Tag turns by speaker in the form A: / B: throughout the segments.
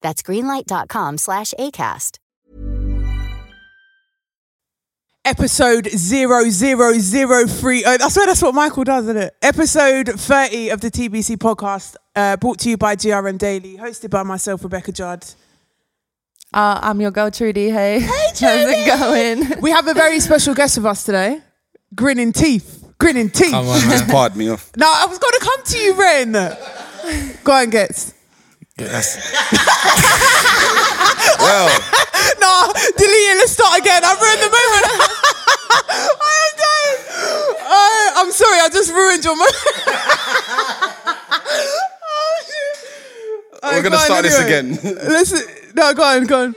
A: That's greenlight.com slash ACAST.
B: episode 00030. I swear Oh, that's what Michael does, isn't it? Episode 30 of the TBC podcast, uh, brought to you by GRM Daily, hosted by myself, Rebecca Judd.
C: Uh, I'm your girl Trudy. Hey, hey how's it going?
B: We have a very special guest with us today, grinning teeth. Grinning teeth.
D: Come on, man.
E: Pardon me. off.
B: No, I was going to come to you, Ren. Go on, gets.
D: Yeah, that's-
E: Well,
B: No, delete it. Let's start again. I've ruined the moment. I am dying. Uh, I'm sorry. I just ruined your moment. Oh, shit. Alright,
E: we're
B: go
E: gonna
B: on
E: start this
B: anyway.
E: again.
B: Listen, no, go on, go on.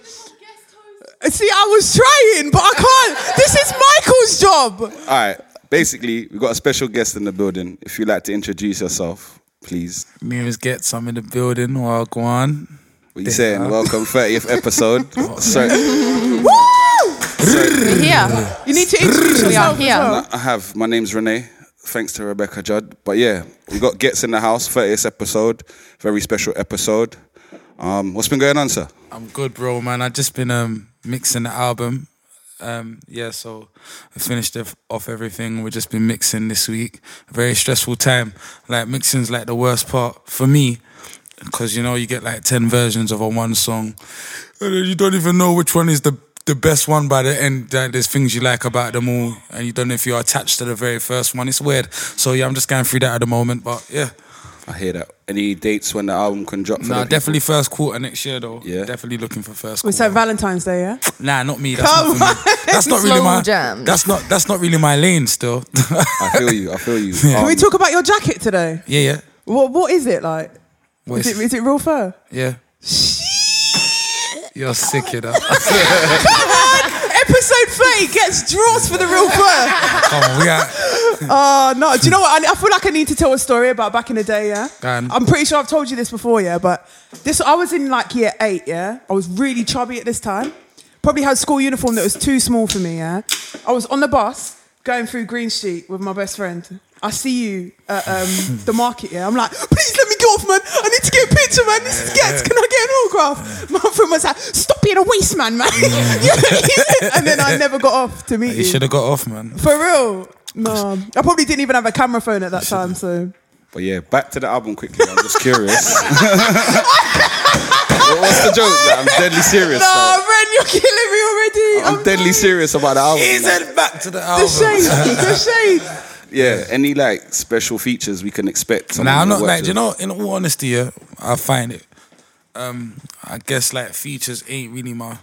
B: See, I was trying, but I can't. This is Michael's job.
E: All right. Basically, we've got a special guest in the building. If you'd like to introduce yourself, please.
D: me and get some in the building. Well, go on.
E: What you saying? Welcome, 30th episode. Sorry,
B: Woo!
C: We're here.
B: You need to introduce
C: We are
B: yourself.
C: here.
E: I have. My name's Renee. Thanks to Rebecca Judd. But yeah, we got Gets in the house, 30th episode. Very special episode. Um, what's been going on, sir?
D: I'm good, bro, man. I just been um mixing the album. Um, yeah, so I finished ev- off everything. We've just been mixing this week. Very stressful time. Like mixing's like the worst part for me, because you know you get like ten versions of a one song, and then you don't even know which one is the the best one by the end. Like, there's things you like about them all, and you don't know if you're attached to the very first one. It's weird. So yeah, I'm just going through that at the moment. But yeah.
E: I hear that. Any dates when the album can drop? For
D: No,
E: the people?
D: definitely first quarter next year though.
E: Yeah.
D: definitely looking for first
B: We're
D: quarter.
B: so Valentine's Day, yeah?
D: nah, not me. That's
B: Come
D: not for me. That's not really
C: Slow
D: my.
C: jam.
D: That's not. That's not really my lane. Still.
E: I feel you. I feel you.
B: Can we
E: Um,
B: talk about your jacket today?
D: yeah, yeah.
B: What What is it like?
D: What
B: Is
D: is-
B: it, is it real fur?
D: yeah. You're sick, you know.
B: Episode 30 gets draws for the real fur.
D: Come on, we are.
B: Oh, no. Do you know what? I, I feel like I need to tell a story about back in the day, yeah?
D: Go on.
B: I'm pretty sure I've told you this before, yeah? But this, I was in like year eight, yeah? I was really chubby at this time. Probably had school uniform that was too small for me, yeah? I was on the bus going through Green Street with my best friend. I see you at um, the market, yeah? I'm like, please let me go off, man. I need to get a picture, man. This is gets. Can I get an autograph? My friend was like, stop being a waste man, man. and then I never got off to meet
D: You
B: you.
D: should have got off, man.
B: For real? No. I probably didn't even have a camera phone at that time, so.
E: But yeah, back to the album quickly. I'm just curious. What- What's the joke? Like, I'm deadly serious.
B: No,
E: like.
B: Ren, you're killing me already.
E: I'm deadly serious about the album. like.
D: back to the
B: The
D: album.
B: shade, the shade.
E: yeah, any like special features we can expect?
D: Nah, I'm
E: someone
D: not
E: to work
D: like
E: with?
D: you know. In all honesty, yeah, I find it. Um, I guess like features ain't really my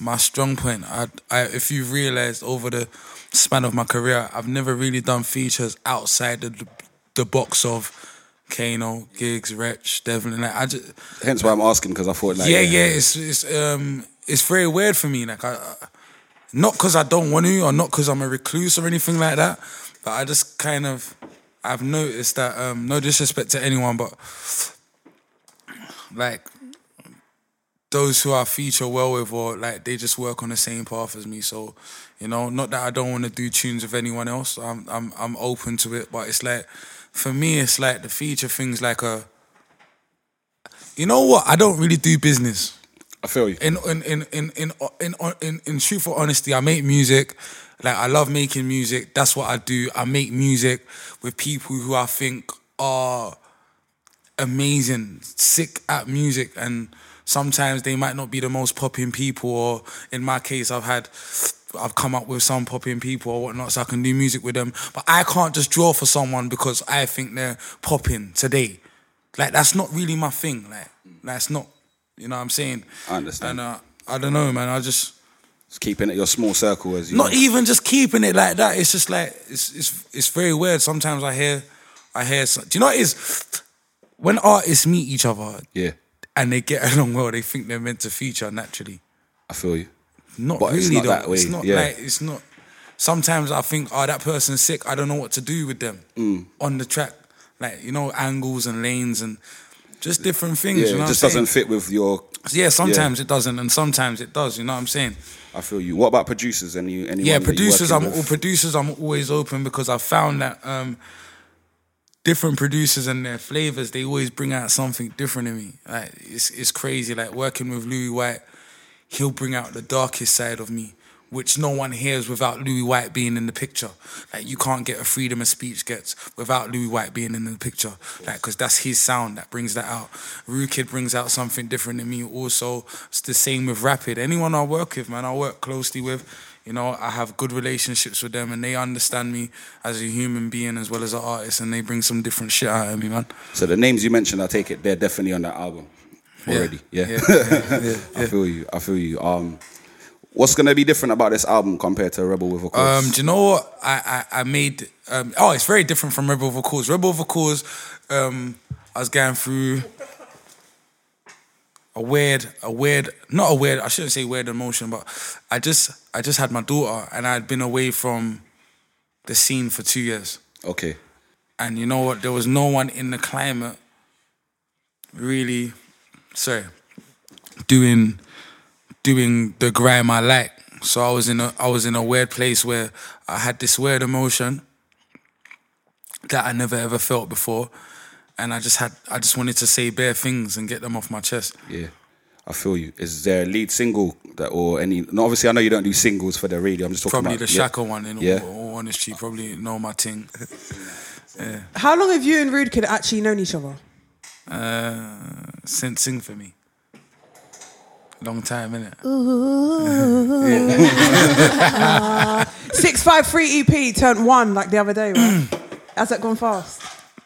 D: my strong point. I, I if you realised over the span of my career, I've never really done features outside the the box of Kano, Gigs, Wretch, Devlin. Like I just
E: Hence why I'm asking because I thought like
D: yeah, yeah, It's it's um it's very weird for me. Like I, I not because I don't want to, or not because I'm a recluse or anything like that. But I just kind of I've noticed that. Um, no disrespect to anyone, but like those who I feature well with, or like they just work on the same path as me. So, you know, not that I don't want to do tunes with anyone else. I'm I'm I'm open to it, but it's like for me, it's like the feature things like a. You know what? I don't really do business
E: I feel you.
D: in in in in in in in, in truthful honesty, I make music. Like I love making music. That's what I do. I make music with people who I think are amazing, sick at music, and sometimes they might not be the most popping people, or in my case, I've had. I've come up with some popping people or whatnot, so I can do music with them. But I can't just draw for someone because I think they're popping today. Like that's not really my thing. Like that's not, you know what I'm saying.
E: I understand.
D: And uh, I don't know, man. I just
E: Just keeping it your small circle as you.
D: not e- even just keeping it like that. It's just like it's it's it's very weird. Sometimes I hear, I hear. Some, do you know what it is? When artists meet each other
E: yeah,
D: and they get along well, they think they're meant to feature naturally.
E: I feel you.
D: Not
E: But
D: really
E: it's not
D: though.
E: that way,
D: It's not
E: yeah.
D: like it's not. Sometimes I think, oh, that person's sick. I don't know what to do with them
E: Mm.
D: on the track. Like you know, angles and lanes and just different things.
E: Yeah,
D: you know
E: it
D: what
E: just
D: I'm saying?
E: doesn't fit with your.
D: Yeah, sometimes it doesn't, and sometimes it does. You know what I'm saying?
E: I feel you. What about producers? Any anyone?
D: yeah,
E: that you
D: producers. I'm
E: working with?
D: producers. I'm always open because I found that um, different producers and their flavors they always bring out something different in me. Like it's it's crazy. Like working with Louis White, he'll bring out the darkest side of me, which no one hears without Louis White being in the picture. Like you can't get a freedom of speech gets without Louis White being in the picture. Like because that's his sound that brings that out. Rukid brings out something different in me. Also, it's the same with Rapid. Anyone I work with, man, I work closely with. You know, I have good relationships with them, and they understand me as a human being as well as an artist, and they bring some different shit out of me, man.
E: So the names you mentioned, I take it they're definitely on that album already. Yeah,
D: yeah, yeah,
E: I feel you. I feel you. Um, what's gonna be different about this album compared to Rebel with a Cause?
D: Um, do you know what I I, I made? Um, oh, it's very different from Rebel of a Cause. Rebel of a Cause, um, I was going through a weird, a weird, not a weird. I shouldn't say weird emotion, but I just I just had my daughter, and I'd been away from the scene for two years.
E: okay,
D: And you know what? There was no one in the climate really, sorry, doing doing the grime I like. So I was in a I was in a weird place where I had this weird emotion that I never ever felt before. And I just had I just wanted to say bare things and get them off my chest.
E: yeah, I feel you. Is there a lead single that or any? No, obviously I know you don't do singles for the radio. I'm just talking
D: Probably
E: about
D: the
E: yeah.
D: Shaka one in
E: Yeah.
D: all, all honesty, probably know my thing.
B: How long have you and Rudkid actually known each other?
D: Uh sing, sing for me. Long time, innit?
B: Six five three EP turned one like the other day. Right? Has that gone fast?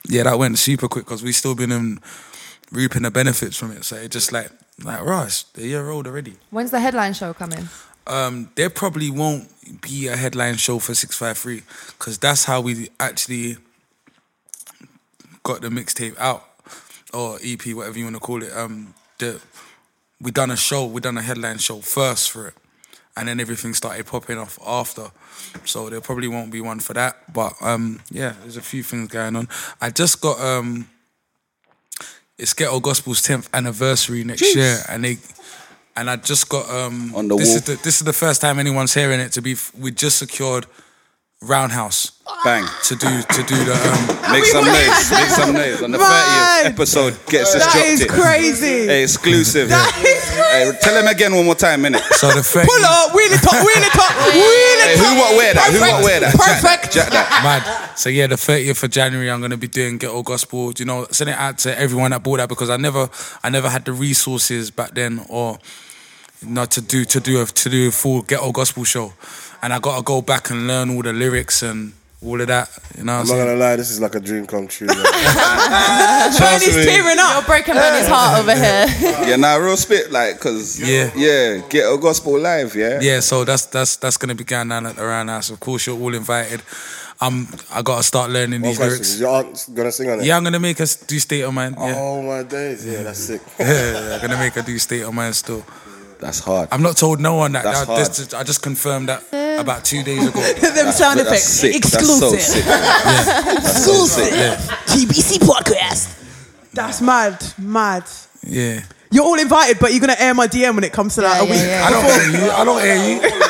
D: yeah, that went super quick because we still been um, reaping the benefits from it. So it just like like Ross, they're a year old already.
C: When's the headline show coming?
D: Um, there probably won't be a headline show for six five three because that's how we actually got the mixtape out or EP, whatever you want to call it. Um, the we done a show, we done a headline show first for it, and then everything started popping off after. So there probably won't be one for that, but um, yeah, there's a few things going on. I just got um, it's Ghetto Gospel's tenth anniversary next year, and they and I just got um,
E: On the
D: this
E: wall.
D: is the this is the first time anyone's hearing it. To be, f- we just secured Roundhouse
E: Bang.
D: to do to do the um,
E: Make some noise. Make some noise on the
B: Man.
E: 30th episode. Gets us
B: That
E: dropped
B: is
E: it.
B: crazy.
E: Hey, exclusive.
B: That
E: yeah.
B: is
E: Hey,
B: crazy.
E: tell him again one more time, innit?
D: so the thirty
B: Pull up, wheel it up, wheel it up, wheel
E: Hey,
B: it
E: who
B: up.
E: what wear that? Who what wear that? Jack that,
B: Perfect.
E: Jack that.
D: mad. So yeah, the 30th of January, I'm gonna be doing Ghetto Gospel. You know, send it out to everyone that bought that because I never, I never had the resources back then or not to do to do a to do a full ghetto gospel show, and I gotta go back and learn all the lyrics and all of that. You know, what I'm
F: I'm not
D: saying?
F: gonna lie, this is like a dream come true. man.
E: Trust
B: Bernie's
E: me.
B: tearing up.
C: You're breaking Bernie's heart over here.
E: Yeah, nah, real spit, like, cause
D: Yeah.
E: yeah, get a gospel live, yeah.
D: yeah. So that's that's that's gonna be going down at the Roundhouse. Of course, you're all invited. I'm I gotta start learning
F: One
D: these
F: question,
D: lyrics.
F: is your aunt gonna sing on it?
D: Yeah, I'm gonna make us do state of mind. Yeah.
F: Oh my days, yeah, that's sick.
D: yeah, I'm gonna make her do state of mind still.
E: That's hard.
D: I've not told no one that.
E: That's
D: I,
E: hard.
D: Just, I just confirmed that about two days ago.
B: Them sound
E: That's
B: effects.
E: sick. That's so sick.
B: Exclusive.
E: That's so sick.
B: TBC podcast. That's mad, mad.
D: Yeah.
B: You're all invited, but you're gonna air my DM when it comes to that.
C: Yeah,
B: a week.
C: yeah, yeah.
D: I don't hear you. I don't hear you.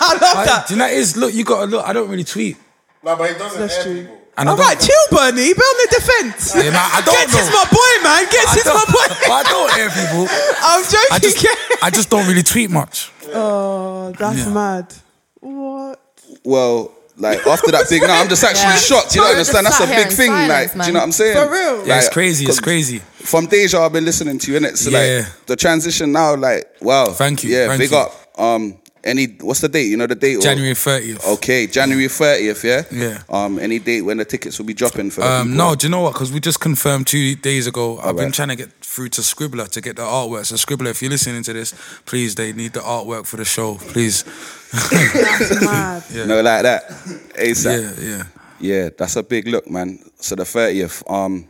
B: I love
D: I,
B: that.
D: do you know what it is? Look, you gotta look. I don't really tweet.
F: no, but it doesn't
B: That's
F: air
B: true.
F: people.
D: And I
B: All
D: don't-
B: right, chill, Bernie. Be on the defense.
D: Yeah, man, I don't
B: Gets
D: know.
B: is my boy, man. Gets
D: I
B: is my
D: don't, but
B: boy.
D: I don't hear people.
B: I'm joking.
D: I just, I just don't really tweet much.
B: oh, that's
D: Yeah.
B: mad. What?
E: Well, Like after that big, no, I'm just actually
C: Yeah.
E: shocked. You don't
C: Sorry, just
E: understand? That's a
C: sat here
E: big
C: in
E: thing.
C: silence,
E: like, do you
C: man.
E: know what I'm saying?
B: For real? Yeah,
E: Like,
D: it's crazy, it's
E: 'cause Oh.
D: crazy.
E: From Deja, I've been listening to you innit? So
D: Yeah.
E: like the transition now, like wow.
D: Thank you,
E: Yeah,
D: thank
E: big
D: you.
E: up. Um, any what's the date? You know the date? or-
D: January 30th.
E: Okay, January 30th. Yeah.
D: Yeah.
E: Um, any date when the tickets will be dropping for? the
D: Um,
E: people?
D: no, do you know what? Because we just confirmed two days ago. I've been
E: right.
D: trying to get through to Scribbler to get the artwork. So Scribbler, if you're listening to this, please, they need the artwork for the show, please.
B: Mad.
E: No, like that. ASAP.
D: Yeah, yeah.
E: Yeah, that's a big look, man. So the thirtieth. Um,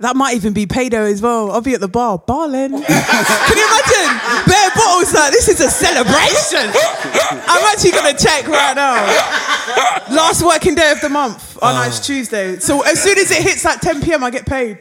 B: That might even be payday as well. I'll be at the bar, barling. Can you imagine? Bare bottles, like, this is a celebration. I'm actually going to check right now. Last working day of the month. Oh, no, it's Tuesday. So as soon as it hits like 10 p.m., I get paid.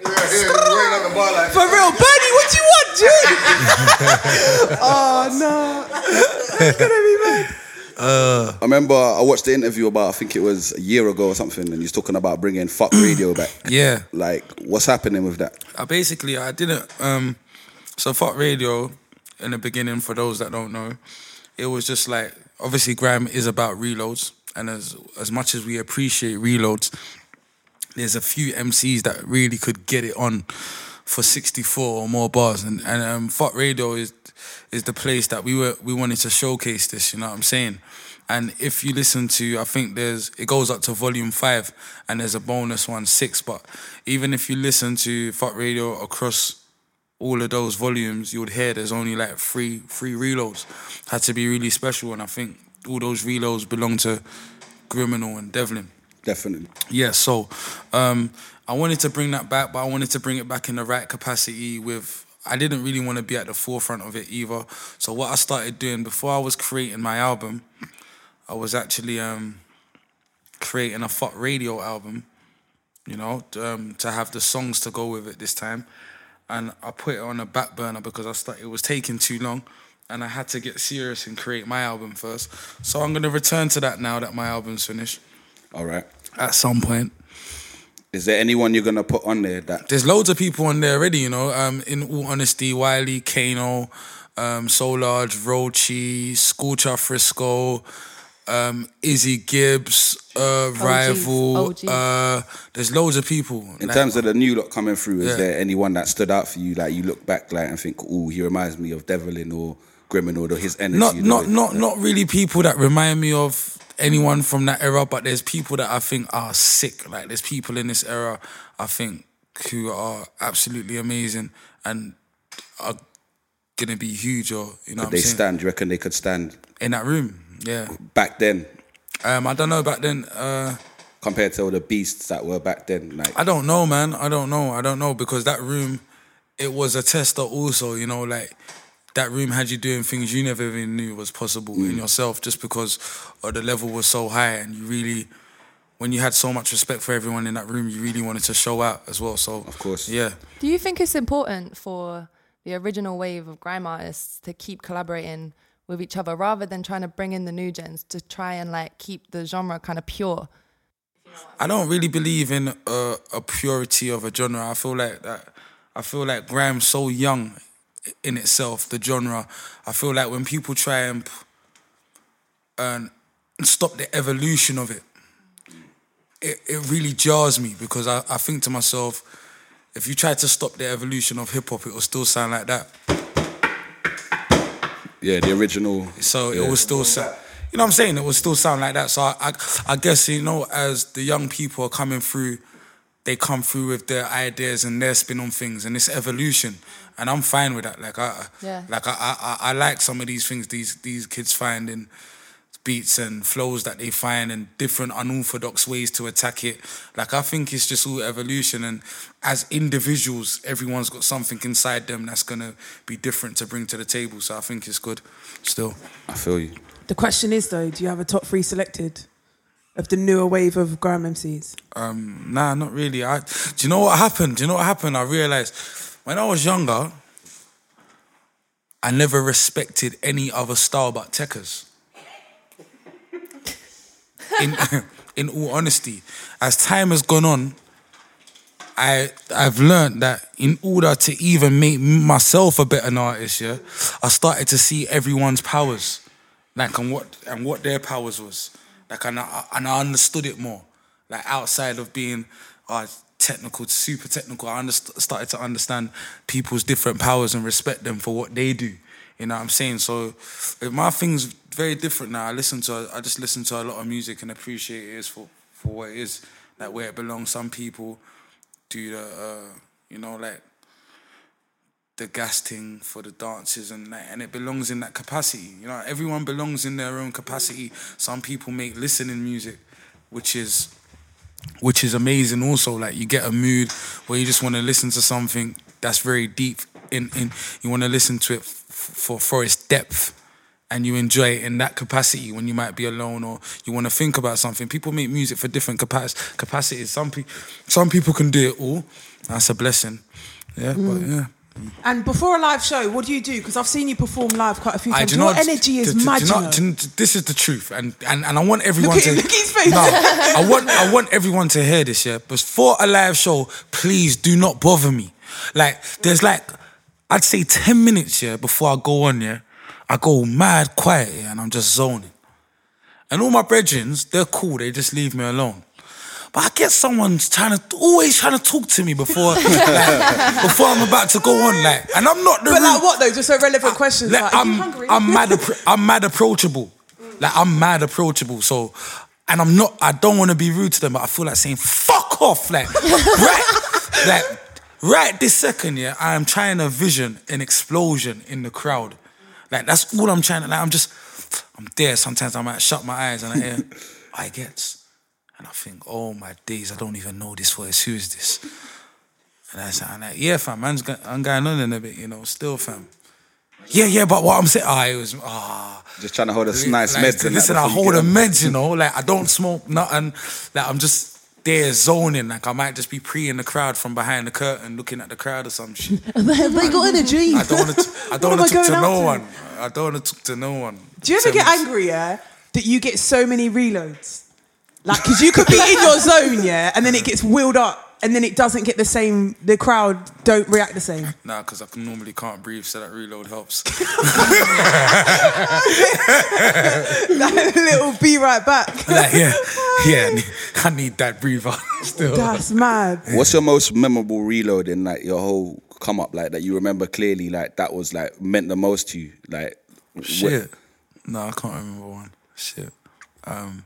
B: For real. Bernie, what do you want, dude? oh, no. That's going to be mad.
E: I remember I watched the interview about I think it was a year ago or something, and he's talking about bringing fuck radio back.
D: Yeah.
E: Like, what's happening with that?
D: I basically I didn't um so fuck radio in the beginning for those that don't know, it was just like obviously Graham is about reloads and as as much as we appreciate reloads, there's a few MCs that really could get it on for 64 or more bars and and um, fuck radio is is the place that we were we wanted to showcase this you know what I'm saying and if you listen to I think there's it goes up to volume 5 and there's a bonus one 6 but even if you listen to fuck radio across all of those volumes, you would hear there's only like three three reloads. Had to be really special, and I think all those reloads belong to Criminal and Devlin.
E: Definitely.
D: Yeah, so um, I wanted to bring that back, but I wanted to bring it back in the right capacity with. I didn't really want to be at the forefront of it either. So what I started doing before I was creating my album, I was actually um, creating a fuck radio album, you know, um, to have the songs to go with it this time. And I put it on a back burner because I started, it was taking too long and I had to get serious and create my album first. So I'm going to return to that now that my album's finished
E: All right.
D: at some point.
E: Is there anyone you're gonna put on there that?
D: There's loads of people on there already, you know. Um, in all honesty, Wiley, Kano, um, So Large, Rochi, Scorcher Frisco, um, Izzy Gibbs, uh,
G: Oh,
D: Rival.
C: OGs.
D: Uh, there's loads of people.
E: In
D: Like,
E: terms of the new lot coming through, is
D: Yeah.
E: there anyone that stood out for you? Like you look back, like and think, oh, he reminds me of Devlin or Grimminold or his energy.
D: not
E: you know?
D: not not not really people that remind me of anyone from that era, but there's people that I think are sick. Like there's people in this era I think who are absolutely amazing and are gonna be huge or you know what
E: They
D: I'm saying?
E: stand. You reckon they could stand
D: in that room. Yeah.
E: back then
D: Um, I don't know back then. Uh,
E: compared to all the beasts that were back then? Like,
D: I don't know, man. I don't know. I don't know because that room, it was a tester also. You know, like that room had you doing things you never even knew was possible in yourself, just because uh, the level was so high and you really. When you had so much respect for everyone in that room, you really wanted to show out as well. So, of
E: course.
D: yeah,
G: Do you think it's important for the original wave of grime artists to keep collaborating with each other rather than trying to bring in the new gens to try and like keep the genre kind of pure?
D: I don't really believe in a, a purity of a genre. I feel like that. I feel like Graham's so young in itself, the genre. I feel like when people try and p- and stop the evolution of it, it, it really jars me because I, I think to myself, if you try to stop the evolution of hip hop, it will still sound like that.
E: yeah, the original.
D: So it
E: yeah.
D: will still sound. You know what I'm saying? It will still sound like that. So I, I, I guess you know, as the young people are coming through, they come through with their ideas and their spin on things, and it's evolution. And I'm fine with that. Like I,
G: Yeah.
D: like I, I, I I like some of these things these these kids find in beats and flows that they find and different unorthodox ways to attack it. Like I think it's just all evolution and as individuals, everyone's got something inside them that's gonna be different to bring to the table. So I think it's good still.
E: I feel you.
B: The question is, though, do you have a top three selected of the newer wave of grime MCs?
D: Um, nah, not really. I, do you know what happened? Do you know what happened? I realized when I was younger, I never respected any other style but Tekka's. In, in all honesty, as time has gone on, I I've learned that in order to even make myself a better artist, yeah, I started to see everyone's powers, like and what and what their powers was, Like and I, and I understood it more. Like outside of being uh, technical, super technical, I underst- started to understand people's different powers and respect them for what they do. You know what I'm saying? So uh, my thing's very different now. I listen to I just listen to a lot of music and appreciate it is for, for what it is, like where it belongs. Some people do the uh, you know like the gas thing for the dances and that, and it belongs in that capacity. You know, everyone belongs in their own capacity. Some people make listening music, which is which is amazing also. Like you get a mood where you just want to listen to something that's very deep in, in you want to listen to it f- for for its depth and you enjoy it in that capacity when you might be alone or you want to think about something. People make music for different capac- capacities. Some people some people can do it all. That's a blessing. Yeah, but yeah.
B: And before a live show, what do you do? Because I've seen you perform live quite a few
D: I
B: times.
D: do
B: Your
D: not.
B: energy is
D: do- do- do
B: magical.
D: not- do- do- this is the truth, and and, and I want everyone
B: at-
D: to
B: look at his face.
D: No, I want I want everyone to hear this. Yeah, before a live show, please do not bother me. Like there's like I'd say ten minutes yeah before I go on yeah, I go mad quiet yeah, and I'm just zoning. And all my brethren, they're cool. They just leave me alone. But I get someone trying to always trying to talk to me before like, before I'm about to go on. Like, and I'm not the
B: but
D: rude-
B: like what though? Just so relevant questions.
D: like,
B: Like, are you
D: Ah, I'm,
B: hungry?
D: I'm mad. appro- I'm mad approachable. Like I'm mad approachable. So, and I'm not. I don't want to be rude to them, but I feel like saying "fuck off." Like right, like right this second, yeah. I am trying to vision an explosion in the crowd. Like that's all I'm trying to. Like I'm just. I'm there. Sometimes I might shut my eyes and I hear I gets, and I think, oh my days, I don't even know this voice. Who is this? And I said, I'm like, yeah, fam, man's go- I'm going on in a bit, you know, still, fam. Yeah, yeah, but what I'm saying, ah, it was ah.
E: Just trying to hold a s- nice
D: like,
E: meds. and that
D: Listen, I
E: before you get
D: hold a
E: on.
D: meds, you know. Like I don't smoke nothing. Like I'm just there zoning. Like I might just be pre in the crowd from behind the curtain, looking at the crowd or some shit.
B: they got energy.
D: I don't want to. I
B: What
D: don't
B: am
D: want
B: I
D: to talk to
B: going
D: no
B: out to?
D: one. I don't want to talk to no one.
B: Do you ever
D: Tell
B: get
D: me-
B: angry, yeah, that you get so many reloads? Like, because you could be in your zone, yeah, and then it gets wheeled up, and then it doesn't get the same. The crowd don't react the same.
D: Nah, because I can, normally can't breathe, so that reload helps.
B: That little be right back.
D: like yeah, yeah. I need, I need that breather still.
B: That's mad.
E: What's your most memorable reload in like your whole come up like that you remember clearly like that was like meant the most to you like wh-
D: Shit. No, I can't remember one. Shit. Um.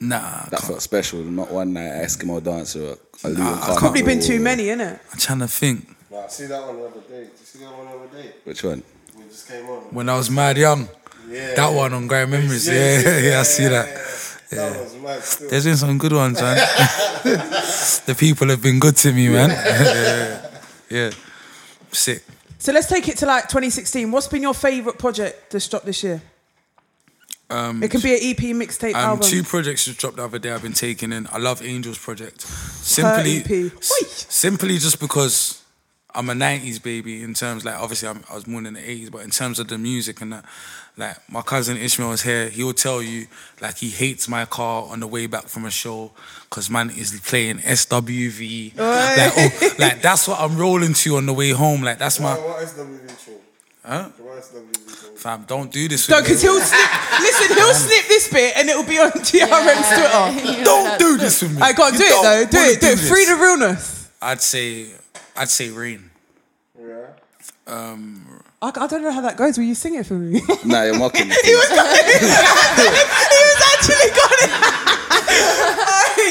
D: Nah, I
E: that
D: can't.
E: felt special not one night Eskimo dancer or a
D: Nah, I
B: Probably been too
D: Oh.
B: many, innit?
D: I'm trying to think.
F: Nah, I see that one the other day. Did you see that one the other day?
E: which one
F: We just came on.
D: When I was mad young,
F: Yeah.
D: that one on Grand Memories. Yeah, yeah, I see that.
F: That was mad still.
D: There's been some good ones, man. the people have been good to me, man. yeah. sick.
B: So let's take it to like 2016. What's been your favourite project that's dropped this year?
D: Um,
B: It can be an EP, mixtape,
D: Um,
B: album.
D: two projects just dropped the other day. I've been taking in. I love Angels project.
B: EP.
D: Simply, s-
B: Oi.
D: simply just because I'm a '90s baby in terms like obviously I'm, I was born in the '80s, but in terms of the music and that, like my cousin Ishmael is here. He will tell you like he hates my car on the way back from a show because man is playing SWV. Like, oh, like that's what I'm rolling to on the way home. Like that's my
F: What is WV True?
D: Huh?
F: What is WV True?
D: fam. Don't do this.
B: No,
D: With me.
B: because he'll snip. Listen, he'll snip this bit, and it'll be on TRM's Twitter.
D: Don't do this with me.
B: I can't
D: You
B: do it
D: don't
B: though. Do
D: wanna
B: it. Do it.
D: this.
B: Free the realness.
D: I'd say, I'd say rain.
F: Yeah.
B: I, I don't know how that goes. Will you sing it for me?
E: nah you're mocking me
B: he was actually got it.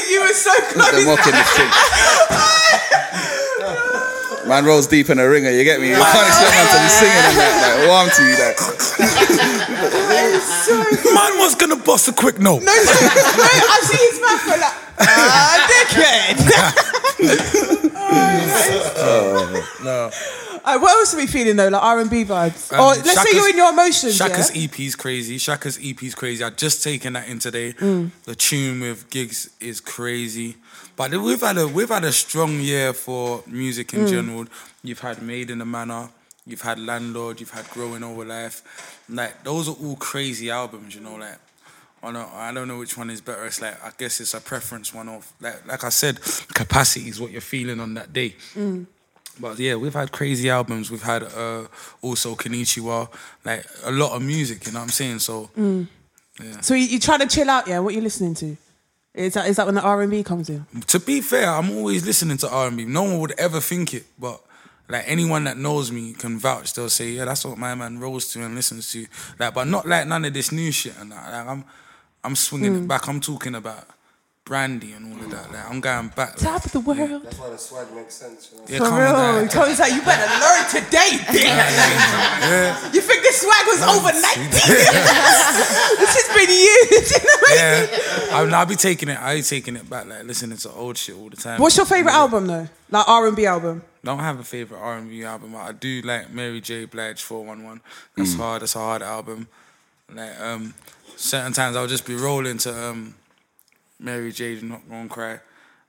B: you were so
E: they're
B: close.
E: mocking this thing man rolls deep in a ringer you get me you can't expect man to be singing and that like warm to you like
D: Man was gonna bust a quick note.
B: No, no, no, I see his mouth go like, ah, dickhead.
D: No.
B: Uh, "Ah, what else are we feeling though? Like R and B vibes,
D: Um,
B: or let's
D: Shaka's-
B: say you're in your emotions.
D: Shaka's
B: yeah?
D: EP's crazy. Shaka's EP's crazy. I've just taken that in today.
B: Mm.
D: The tune with gigs is crazy. But then we've had a we've had a strong year for music
B: Mm.
D: in general. You've had Made in the Manor, you've had Landlord, you've had Growing Over Life. Like those are all crazy albums, you know, like I don't, I don't know which one is better. It's like I guess it's a preference one of like like I said, capacity is what you're feeling on that day. But yeah, we've had crazy albums. We've
B: Mm.
D: had uh, also Kanichiwa, like a lot of music. You know what I'm saying? So
B: So you, you trying to chill out, yeah? What you listening to? Is that is that when the R and B comes in?
D: to be fair, I'm always listening to R and B. No one would ever think it, but like anyone that knows me can vouch. They'll say, "Yeah, that's what my man rolls to and listens to." Like, but not like none of this new shit and that. Like, I'm, I'm swinging
B: Mm.
D: it back. I'm talking about Brandy and all of that. Like, I'm going back. Like,
B: Top of the world.
F: That's why the swag makes sense. You know?
D: yeah,
B: For
D: come
B: real,
D: on,
B: he
D: guy.
B: told us that you better learn today, bitch.
D: yeah,
B: you think this swag was overnight? this has been years. You know what I mean?
D: yeah. I mean, I'll be taking it. I be taking it back. Like listening to old shit all the time.
B: What's your favorite album though? Like R and B album?
D: don't have a favorite R and B album. I do like Mary J. Blige Four One One. That's hard. That's a hard album. Like um, certain times I'll just be rolling to um, Mary J. Not Gonna Cry.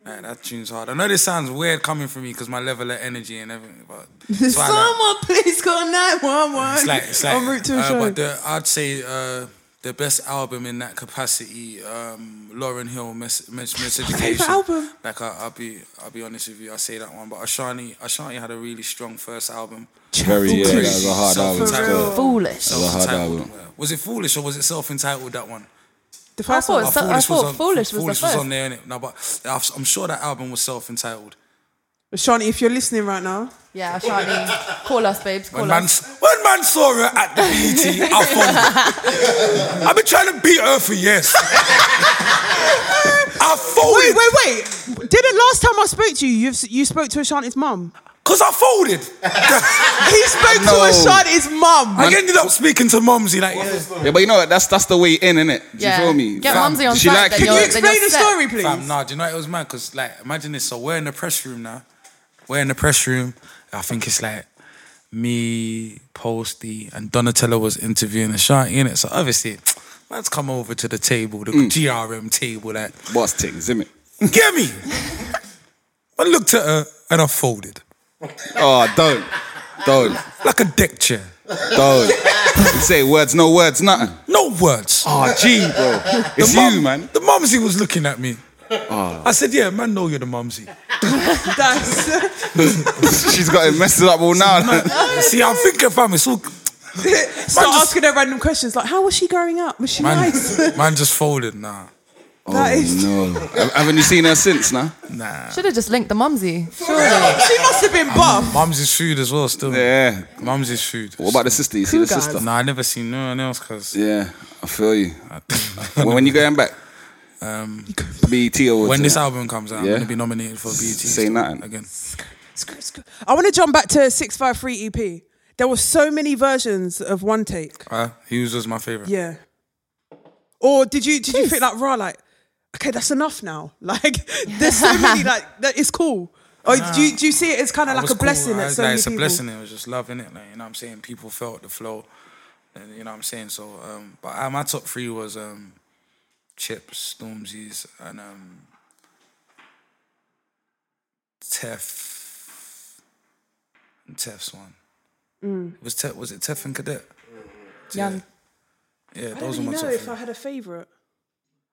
D: Like that tune's hard. I know this sounds weird coming from me because my level of energy and everything, but so I like-
B: Someone please call nine one one.
D: it's like it's like.
B: en route to a
D: uh,
B: show.
D: But the, I'd say uh, the best album in that capacity, um, Lauren Hill, Miss Miss, Miss Education.
B: album.
D: Like I, I'll be I'll be honest with you, I say that one. But Ashanti Ashanti had a really strong first album.
E: Very, yeah, that was
B: Crazy.
E: a hard album.
D: Self-entitled.
E: still.
C: Foolish.
E: was a hard
D: Self-entitled.
E: album.
D: Was it foolish or was it self entitled that one? Oh,
B: The
G: I
B: first
G: thought,
B: one.
G: so, I thought Foolish was
D: Foolish
G: the first.
D: on there, innit? No, but I've- I'm sure that album was self entitled.
B: Shanti, if you're listening right now,
G: yeah, Shani, call us, babes, call
D: When man,
G: us.
D: when man saw her at the BT, I phoned her. I've been trying to beat her for years. I
B: Wait,
D: folded
B: wait, wait. Didn't last time I spoke to you, you've, you spoke to Ashanti's mum?
D: because I folded.
B: He spoke
E: No.
B: to Ashanti's mum.
D: I ended up speaking to Mumsy like, yeah,
E: Yeah, but you know what? That's that's the way in, innit? Do
G: Yeah.
E: you feel me?
G: Get
E: Fam,
G: Mumsy on
E: she like
G: site, then
E: it.
B: Can
G: you're-
B: you explain
G: you're
B: the
G: set.
B: story, please?
D: Fam, nah, do you know what it was mad? Because, like, imagine this. So we're in the press room now. We're in the press room. I think it's like me, Posty, and Donatello was interviewing Ashanti in it. So obviously, man's come over to the table, the GRM table, like,
E: Boss things, innit?
D: get me. I looked at her and I folded
E: Oh, don't, don't,
D: like a deck chair.
E: don't. You say words, no words, nothing.
D: No words.
E: Oh, gee, bro, it's
D: The mum-
E: you, man. Oh.
D: The mumsy was looking at me. I said, yeah, man, know you're the mumsy.
B: That's,
E: She's got it messed up all now.
D: See, I'm thinking, fam, it's all
B: start
D: just-
B: asking her random questions like, how was she growing up? Was she
D: Man,
B: nice?
D: man just folded. Nah,
B: that is.
E: Oh, no, Ha- haven't you seen her since now?
D: nah.
G: Should have just linked the mumsy.
B: She must have been buff.
D: Mum's is food as well. Still,
E: Yeah.
D: Mum's is food.
E: What about the sister? You see the sister?
D: Nah, I never seen no one else. Cause
E: Yeah, I feel you. when, when you going back? Um, BET or
D: when this album comes out,
E: Yeah.
D: I'm gonna be nominated for a BET.
E: Say
D: still
E: nothing.
D: again.
B: Screw, screw. I want to jump back to 653 EP. E There were so many versions of one take.
D: Uh, he was just my favorite.
B: Yeah. Or did you did you think like rah like okay that's enough now like there's so many like that it's cool or do you do you see it as kind
D: I
B: of like
D: was
B: a blessing
D: cool. I
B: that
D: was
B: so
D: like,
B: many
D: it's a
B: people
D: blessing. It was just love in it. Like, you know what I'm saying? People felt the flow. And, you know what I'm saying? So, um, but uh, my top three was um, Chips, Stormzy's, and um, Tef. And Tef's one.
B: Mm.
D: It was Tef. Was it Tef and Cadet?
G: Young.
D: Yeah,
B: Mm-hmm. I
D: those
B: don't
D: are my
B: really know
D: top
B: if
D: three.
B: I had a favorite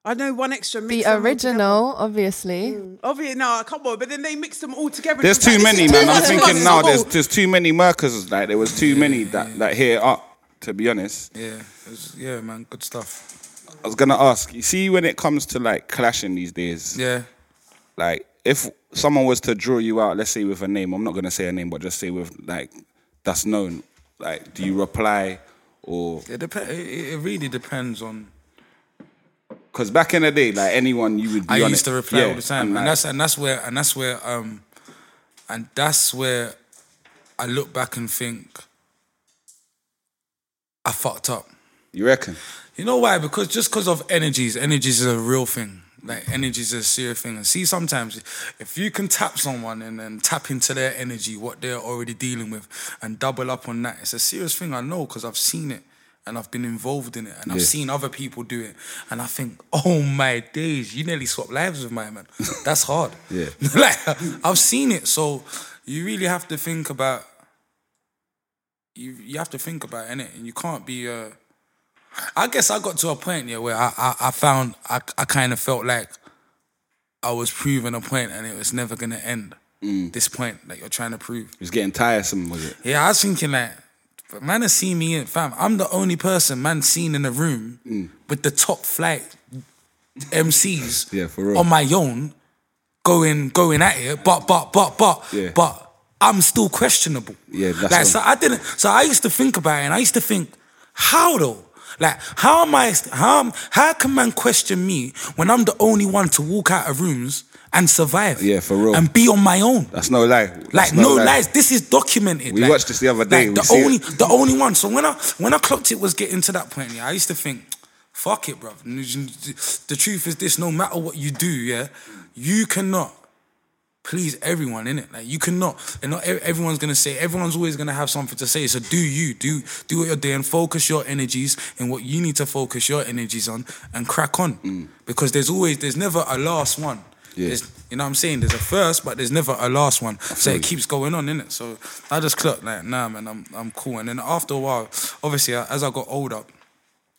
B: I know one extra
G: The
B: mixed them all
G: original, obviously.
B: together. obviously no come on but then they mixed them all together
E: There's
B: It's like,
E: too
B: this
E: many,
B: is
E: man. I'm
B: too
E: thinking
B: much.
E: now. There's there's too many markers. Like there was too many that that here up. To be honest,
D: Yeah, it was, yeah, man, good stuff.
E: I was gonna ask. You see, when it comes to like clashing these days,
D: Yeah,
E: like if someone was to draw you out, let's say with a name, I'm not gonna say a name, but just say with like that's known. Like, do you reply or
D: it depends. It, it really depends on.
E: because back in the day, like anyone, you would. Be
D: I
E: on
D: used
E: it.
D: to reply
E: Yeah,
D: all the time, and,
E: like,
D: that's and that's where and that's where um, and that's where I look back and think I fucked up.
E: you reckon.
D: You know why? Because just because of energies, energies is a real thing. Like energies is a serious thing. And see, sometimes if you can tap someone and then tap into their energy, what they're already dealing with, and double up on that, it's a serious thing. I know because I've seen it and I've been involved in it and I've
E: Yeah.
D: seen other people do it. And I think, oh my days, you nearly swapped lives with my man. That's hard.
E: Yeah.
D: like I've seen it. So you really have to think about. You you have to think about it, and you can't be. Uh, I guess I got to a point yeah where I I, I found I I kind of felt like I was proving a point and it was never gonna end. This point that you're trying to prove.
E: It was getting tiresome, was it?
D: Yeah, I was thinking like, But man has seen me in, fam. I'm the only person man seen in a room
E: Mm.
D: with the top flight MCs
E: Yeah, for real.
D: on my own going going at it, but but but but
E: Yeah.
D: but I'm still questionable.
E: Yeah, that's
D: like
E: what-
D: so I didn't so I used to think about it and I used to think, how though? Like how am I how am- how can man question me when I'm the only one to walk out of rooms and survive?
E: Yeah, for real.
D: And be on my own.
E: That's no lie.
D: Like
E: That's
D: no, lies. This is documented.
E: We
D: like-
E: watched this the other day.
D: like,
E: We
D: the
E: see it.
D: only, the only one. So when I when I clocked it was getting to that point. Yeah, I used to think, fuck it, bro. The truth is this: no matter what you do, yeah, you cannot please everyone in it. Like you cannot, and not ev- everyone's gonna say. Everyone's always gonna have something to say. So do you do do what you're doing? Focus your energies in what you need to focus your energies on, and crack on. Because there's always there's never a last one.
E: Mm. Yeah.
D: There's, you know what I'm saying? There's a first, but there's never a last one. So it keeps going on, innit? So I just clocked like, nah, man, I'm I'm cool. And then after a while, obviously, I- as I got older,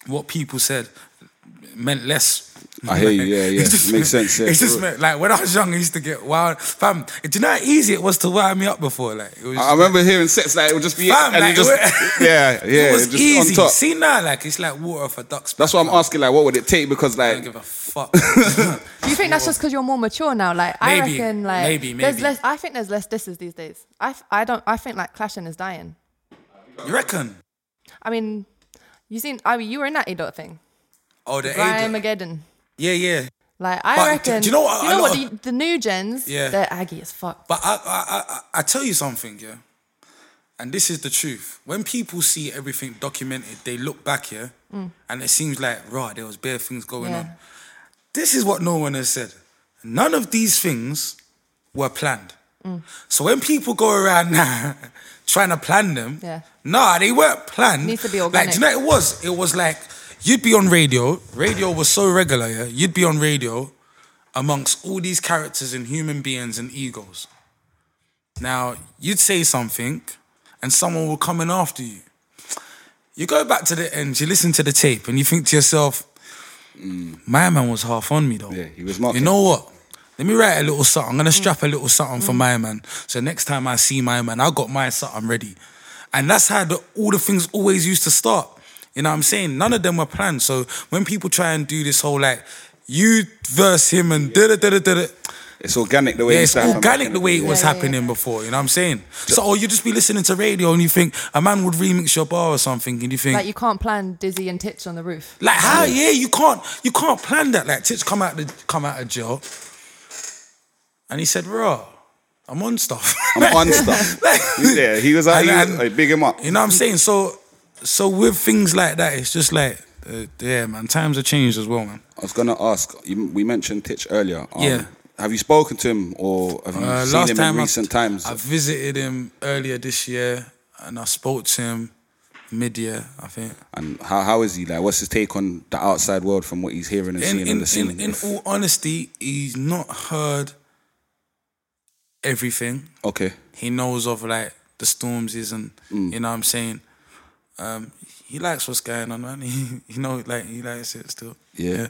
D: what people said meant less.
E: I hear you, yeah, yeah.
D: It's just-
E: Makes sense, yeah,
D: it's just
E: for
D: meant, like when I was young, I used to get wild. Fam, do you know how easy it was to wire me up before? Like it was.
E: I I remember hearing sets like it would just be
D: Fam,
E: and
D: like,
E: it just
D: it-
E: yeah yeah
D: it was
E: just
D: easy.
E: on top.
D: See now, like it's like water off a duck's back.
E: That's why I'm asking like what would it take because
D: I
E: like
D: don't give a fuck.
G: Do you think that's just because you're more mature now? Like I
D: Maybe,
G: reckon, like
D: maybe,
G: there's
D: maybe.
G: less. I think there's less disses these days. I, f- I don't. I think like clashing is dying.
D: you reckon?
G: I mean, you seen? I mean, you were in that A dot thing,
D: Oh, the
G: Grime
D: age.
G: Mageddon.
D: Yeah, yeah.
G: Like I
D: But d-
G: reckon.
D: do you know what-
G: You
D: a
G: know
D: lot
G: what?
D: of-
G: The, the new gens,
D: Yeah.
G: they're aggy as fuck.
D: But I, I, I- I, I tell you something, yeah. And this is the truth. When people see everything documented, they look back, yeah, and it seems like, right, there was bare things going
G: Mm.
D: on.
G: Yeah.
D: This is what no one has said. None of these things were planned.
G: Mm.
D: So when people go around now trying to plan them,
G: Yeah.
D: nah, they weren't planned.
G: Needs to be
D: Like, do you know what it was? It was like you'd be on radio. Radio was so regular, yeah. You'd be on radio amongst all these characters and human beings and egos. Now, you'd say something and someone will come in after you. You go back to the end, you listen to the tape, and you think to yourself, "Hmm, my man was half on me though.
E: Yeah, he was marking.
D: You know what? Let me write a little something. I'm gonna strap a little something for my man. So next time I see my man, I got my something ready. And that's how the, all the things always used to start. You know what I'm saying? None of them were planned. So when people try and do this whole like you verse him and da da da da da
E: it's organic the way
D: yeah,
E: it's
D: it's
E: happened back
D: organic
E: in
D: the way it
E: day.
D: was happening before. You know what I'm saying? So, or you just be listening to radio and you think a man would remix your bar or something, and you think like,
G: Like you can't plan Dizzy and Titch on the roof.
D: how? Yeah, you can't you can't plan that. Like Titch come out the come out of jail, and he said, "Raw, I'm on stuff.
E: I'm on stuff. yeah, he was out.
D: And-
E: He was,
D: and-
E: like, big him up.
D: You know what I'm saying? So, so with things like that, it's just like, uh, yeah, man. Times have changed as well, man.
E: I was gonna ask. You, we mentioned Titch earlier. Um,
D: Yeah.
E: Have you spoken to him or have you
D: Uh,
E: Mm. seen
D: last
E: him
D: time
E: in
D: I-
E: recent times?
D: I visited him earlier this year, and I spoke to him mid year, I think.
E: and how, how is he like? What's his take on the outside world from what he's hearing and
D: in,
E: seeing
D: in,
E: in, the scene?
D: in, in
E: If-
D: all honesty, he's not heard everything.
E: okay.
D: He knows of like the Stormsies and
E: Mm.
D: you know what I'm saying. Um, he likes what's going on, man. He, you know, like he likes it still.
E: Yeah.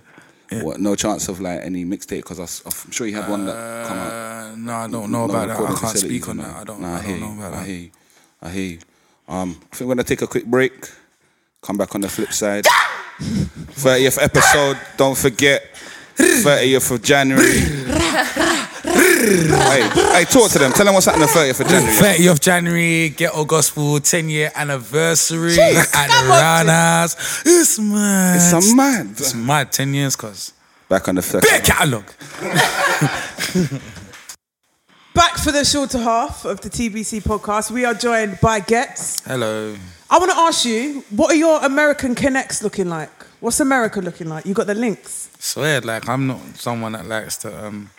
E: What, no chance of like any mixtape because I'm sure he had one that come out.
D: Uh, no, I don't know about that. I
E: recording
D: can't
E: facilities
D: speak on
E: and
D: that. I don't.
E: Nah,
D: I
E: hear
D: don't know
E: you.
D: about
E: I
D: that.
E: hear you. I hear you. Um, I think we're gonna take a quick break. Come back on the flip side. Thirtieth episode. Don't forget. Thirtieth of January. hey, hey, talk to them. Tell them what's happening. Thirtieth of January.
D: 30th of January, Ghetto Gospel 10 year anniversary at the Ranas. It's mad.
E: It's a mad.
D: It's mad. 10 years, cuz.
E: Back on the
D: Big
E: second.
D: catalogue.
B: Back for the shorter half of the TBC podcast. We are joined by Gets.
D: Hello.
B: I want to ask you, what are your American connects looking like? What's America looking like? You got the links.
D: swear, like I'm not someone that likes to um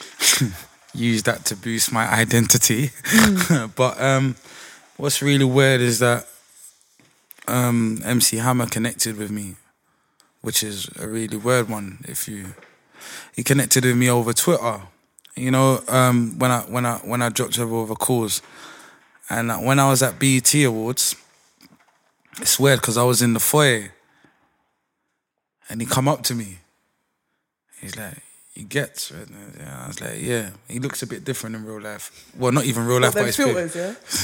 D: use that to boost my identity. but um what's really weird is that um MC Hammer connected with me, which is a really weird one if you he connected with me over Twitter. You know, um when I when I when I dropped over over cause and uh, when I was at BET Awards, it's weird because I was in the foyer and he come up to me. He's like, "You he gets. Right? Yeah, I was like, yeah, he looks a bit different in real life. Well, not even real life,
B: them
D: but his
B: filters,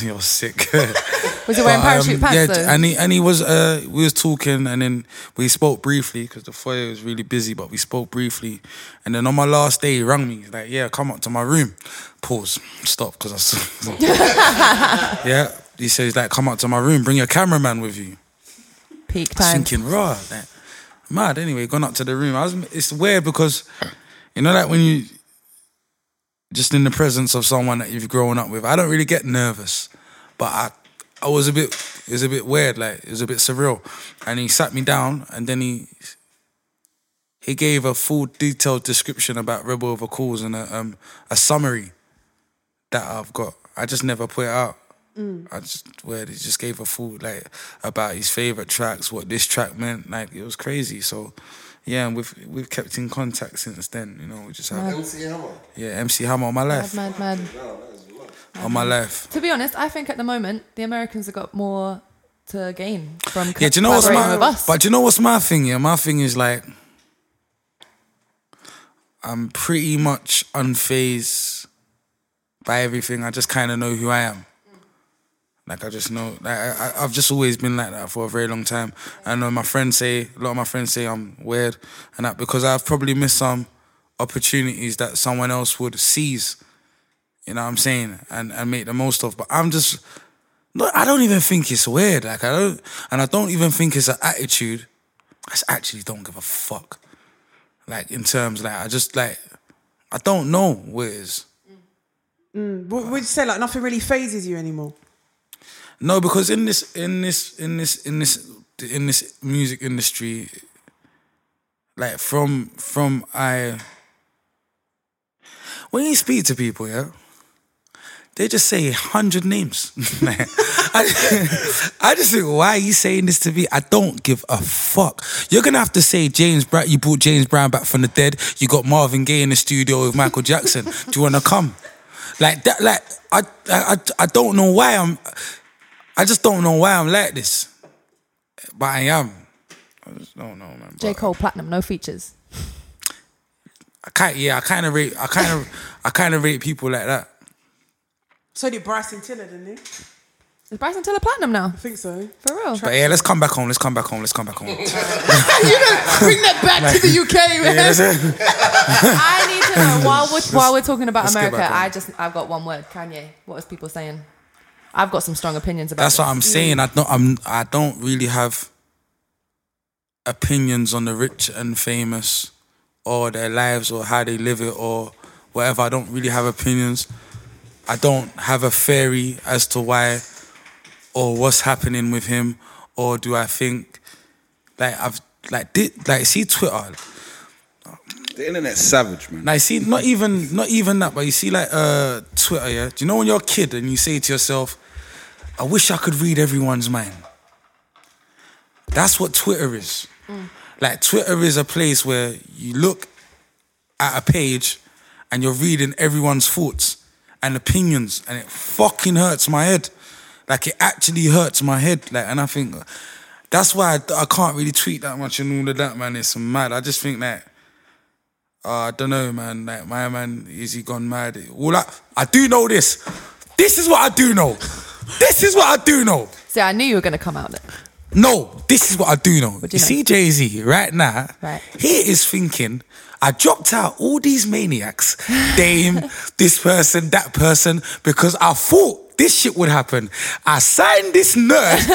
D: You're sick.
C: Was he wearing
D: But, um,
C: parachute pants
D: yeah,
C: though?
D: and he and he was uh, we was talking, and then we spoke briefly because the foyer was really busy. But we spoke briefly, and then on my last day, he rang me. He's like, "Yeah, come up to my room." Pause. Stop, because I. saw- yeah, he says like, "Come up to my room. Bring your cameraman with you."
C: Peak time.
D: Thinking raw, like, mad. Anyway, gone up to the room. I was. It's weird because, you know, like when you, just in the presence of someone that you've grown up with, I don't really get nervous, but I, I was a bit. It was a bit weird. Like it was a bit surreal, and he sat me down, and then he. He gave a full detailed description about Rebel Over Cause and a um a summary that I've got. I just never put it out. I just where they just gave a full like about his favorite tracks, what this track meant. Like it was crazy. So yeah, and we've we've kept in contact since then. You know, we just have
F: MC Hammer.
D: yeah MC Hammer on my
G: Mad,
D: life,
G: mad, mad.
D: on my life.
G: To be honest, I think at the moment the Americans have got more to gain from
D: Yeah, do you know what's
G: collaborating
D: my
G: with us.
D: but do you know what's my thing? Yeah, my thing is like I'm pretty much unfazed by everything. I just kind of know who I am. Like I just know, like I, I- I've just always been like that for a very long time. I know my friends say a lot of my friends say I'm weird, and that because I've probably missed some opportunities that someone else would seize. You know what I'm saying, and and make the most of. But I'm just, no, I don't even think it's weird. Like I don't, and I don't even think it's an attitude. I just actually don't give a fuck. Like in terms, like I just like, I don't know what it is.
B: Would would you say like nothing really phases you anymore?
D: No, because in this in this in this in this in this music industry, like from from I when you speak to people, yeah, they just say a hundred names. I, I just think, why are you saying this to me? I don't give a fuck. You're gonna have to say James Brown. You brought James Brown back from the dead. You got Marvin Gaye in the studio with Michael Jackson. Do you want to come? Like that. Like I, I, I- I don't know why I'm. I just don't know why I'm like this, but I am. I just don't know, man.
G: J
D: But-
G: Cole platinum, no features.
D: I kind yeah, I kind of rate, I kind of, I kind of rate people like that.
B: So did Bryson Tiller, didn't he? I
G: Is Bryson Tiller platinum now?
B: think so.
G: For real?
D: But yeah, let's come back home. Let's come back home. Let's come back home.
B: Bring that back to the UK, man.
G: I need to know while we're, while we're talking about
D: let's get
G: America.
D: back on.
G: I just I've got one word, Kanye. What is people saying? I've got some strong opinions about.
D: That's
G: this.
D: what I'm saying. I don't, I'm, I don't really have opinions on the rich and famous or their lives or how they live it or whatever. I don't really have opinions. I don't have a theory as to why or what's happening with him or do I think like I've like did like see Twitter
E: The internet's savage, man.
D: Now you see, not even not even that, but you see like uh Twitter, yeah. Do you know when you're a kid and you say to yourself, I wish I could read everyone's mind? That's what Twitter is. Like Twitter is a place where you look at a page and you're reading everyone's thoughts and opinions and it fucking hurts my head. Like it actually hurts my head. Like and I think that's why I, I can't really tweet that much and all of that, man. It's mad. I just think that I don't know, man. Like my man, is he gone mad? All I, I do know this. This is what I do know. This is what I do know.
G: See, I knew you were gonna come out. there.
D: No, this is what I do know.
G: What do
D: you
G: you
D: see,
G: know?
D: Jay Z right now,
G: Right.
D: he is thinking, I dropped out all these maniacs, Dame, this person, that person, because I thought this shit would happen. I signed this nerd,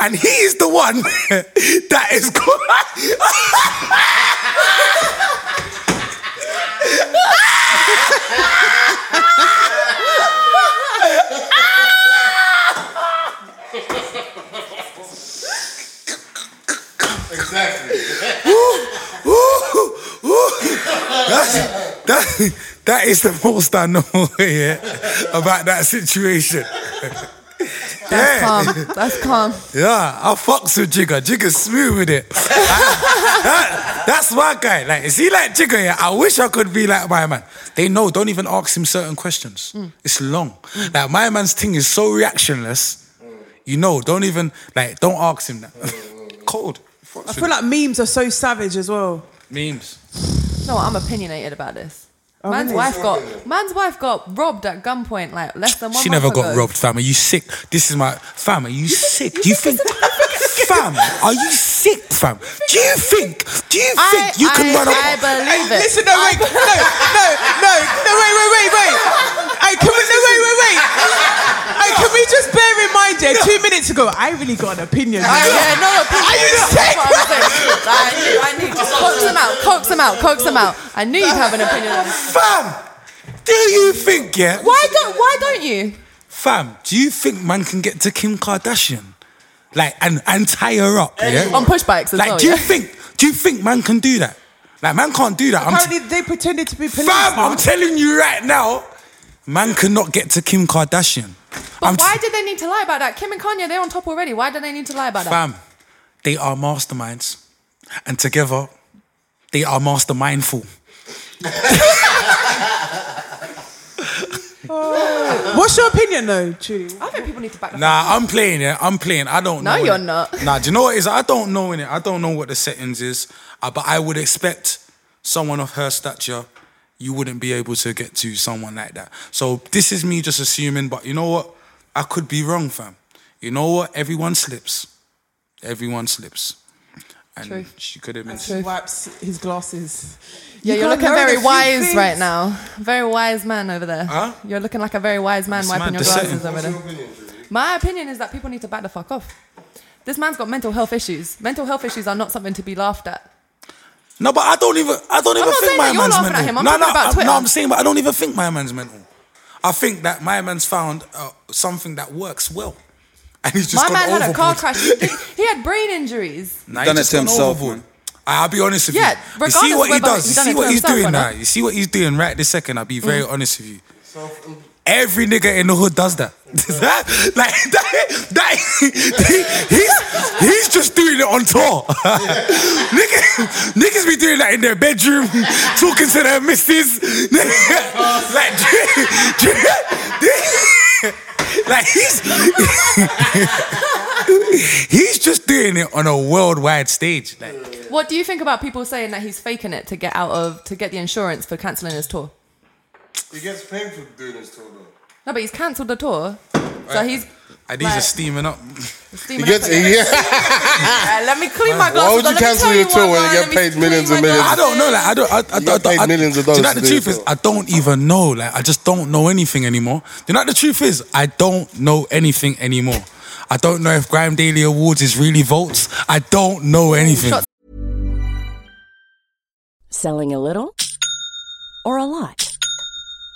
D: and he is the one that is going.
F: Exactly.
D: Ooh, ooh. That's, that, that is the most I know yeah, about that situation.
G: That's
D: Yeah.
G: calm. Um, That's calm.
D: Yeah, I fucks with Jigger. Jigger's smooth with it. That- that's my guy. Like, is he like Jigger? Yeah, I wish I could be like my man. They know. Don't even ask him certain questions.
B: Mm.
D: It's long. Like my man's thing is so reactionless. You know. Don't even like. Don't ask him that. Cold. Fucks
B: I
D: with
B: feel like memes are so savage as well.
D: memes.
G: No, I'm opinionated about this. man's
B: Oh, really?
G: wife got man's wife got robbed at gunpoint like less than one.
D: She never
G: month
D: got
G: ago.
D: robbed, fam. Are you sick? This is my fam. Are you sick? Do you think, fam? Are you sick, fam? Do you think? Do you
G: I,
D: think you can
G: I,
D: run
G: I
D: up?
G: believe it.
B: Listen, no, wait, no, no, no, no, wait, wait, wait, wait. Hey, can we, no, wait, wait, wait. Hey, can we just bear in mind, yeah, two minutes ago, I really got an opinion.
G: I, yeah, no opinion.
B: Are you
G: That's
B: sick?
G: what I'm saying. I knew, I knew. Just coax them out, coax them out, coax them out. I knew you'd have an opinion on this.
D: Fam, do you think, yeah?
G: Why don't Why don't you?
D: Fam, do you think man can get to Kim Kardashian? Like, and, and tie her up, yeah?
G: On push bikes as
D: Like,
G: well.
D: do you
G: yeah?
D: think, do you think man can do that? Like, man can't do that. I'm t-
B: Apparently, they pretended to be police.
D: Fam,
B: huh?
D: I'm telling you right now, man cannot get to Kim Kardashian.
G: But
D: I'm t-
G: why did they need to lie about that? Kim and Kanye, they're on top already. Why do they need to lie about that?
D: Fam, they are masterminds. And together, they are mastermindful.
B: What's your opinion, though, Trudy?
G: I think people need to back the
D: Nah, I'm playing, yeah. I'm playing. I don't
G: No,
D: know.
G: you're
D: innit?
G: not.
D: Nah, do you know what it is? I don't know in it. I don't know what the settings is. Uh, but I would expect someone of her stature, you wouldn't be able to get to someone like that. So this is me just assuming, but you know what? I could be wrong, fam. You know what? Everyone slips. Everyone slips. And
G: Truth.
D: she could have been
B: He wipes his glasses.
G: Yeah,
B: You
G: you are
B: can't
G: looking
B: know
G: very
B: the few
G: wise
B: things.
G: right now. Very wise man over there.
D: Huh?
G: You're looking like a very wise man
D: This
G: wiping
D: man
G: your glasses
D: descending.
G: over there. My opinion is that people need to back the fuck off. This man's got mental health issues. Mental health issues are not something to be laughed at.
D: No, but I don't even I don't even
G: not saying
D: think my
G: that you're
D: man's
G: laughing at
D: mental.
G: him, I'm
D: no,
G: talking
D: no,
G: about
D: I-
G: Twitter.
D: no, I'm saying, but I don't even think my man's mental. I think that my man's found uh, something that works well, and he's just
G: My
D: gone
G: man had a car
D: overboard.
G: crash. He, he had brain injuries.
D: Nah, he's
E: Done it
D: just
E: to
D: gone
E: himself,
D: overboard.
E: man.
D: I- I'll be honest with
G: Yeah,
D: you. You see
G: regardless
D: what he
G: whether
D: does.
G: he
D: You
G: done
D: see
G: it
D: what
G: to
D: he's
G: himself
D: doing
G: or
D: now.
G: not. Mm.
D: You see what he's doing right this second. I'll be very honest with you. Every nigga in the hood does that. like that, that he- he's, he's just doing it on tour. niggas, niggas be doing that in their bedroom, talking to their missus. like, like he's he's just doing it on a worldwide stage. Like,
G: What do you think about people saying that he's faking it to get out of to get the insurance for cancelling his tour?
F: He gets paid for doing this tour though.
G: No, but he's cancelled the tour, so he's
D: and these are
G: Right.
D: steaming up.
G: steaming.
F: He gets
G: up again.
F: yeah.
G: Uh, let me clean my glasses.
F: Why would you
G: Let me
F: cancel
G: tell
F: your tour
G: why,
F: when you
G: let
F: get
G: me
F: paid
G: clean
F: millions
G: my
F: and millions?
D: I
G: glasses.
D: don't know. Like I don't. I, I,
F: You got
D: I, I,
F: paid millions of
D: Do you
F: dollars
D: know what the
F: to do
D: truth
F: it
D: is?
F: for.
D: I don't even know. Like I just don't know anything anymore. Do you know what the truth is? I don't know anything anymore. I don't know if Graham Daily Awards is really votes. I don't know anything.
G: shots
H: Selling a little or a lot?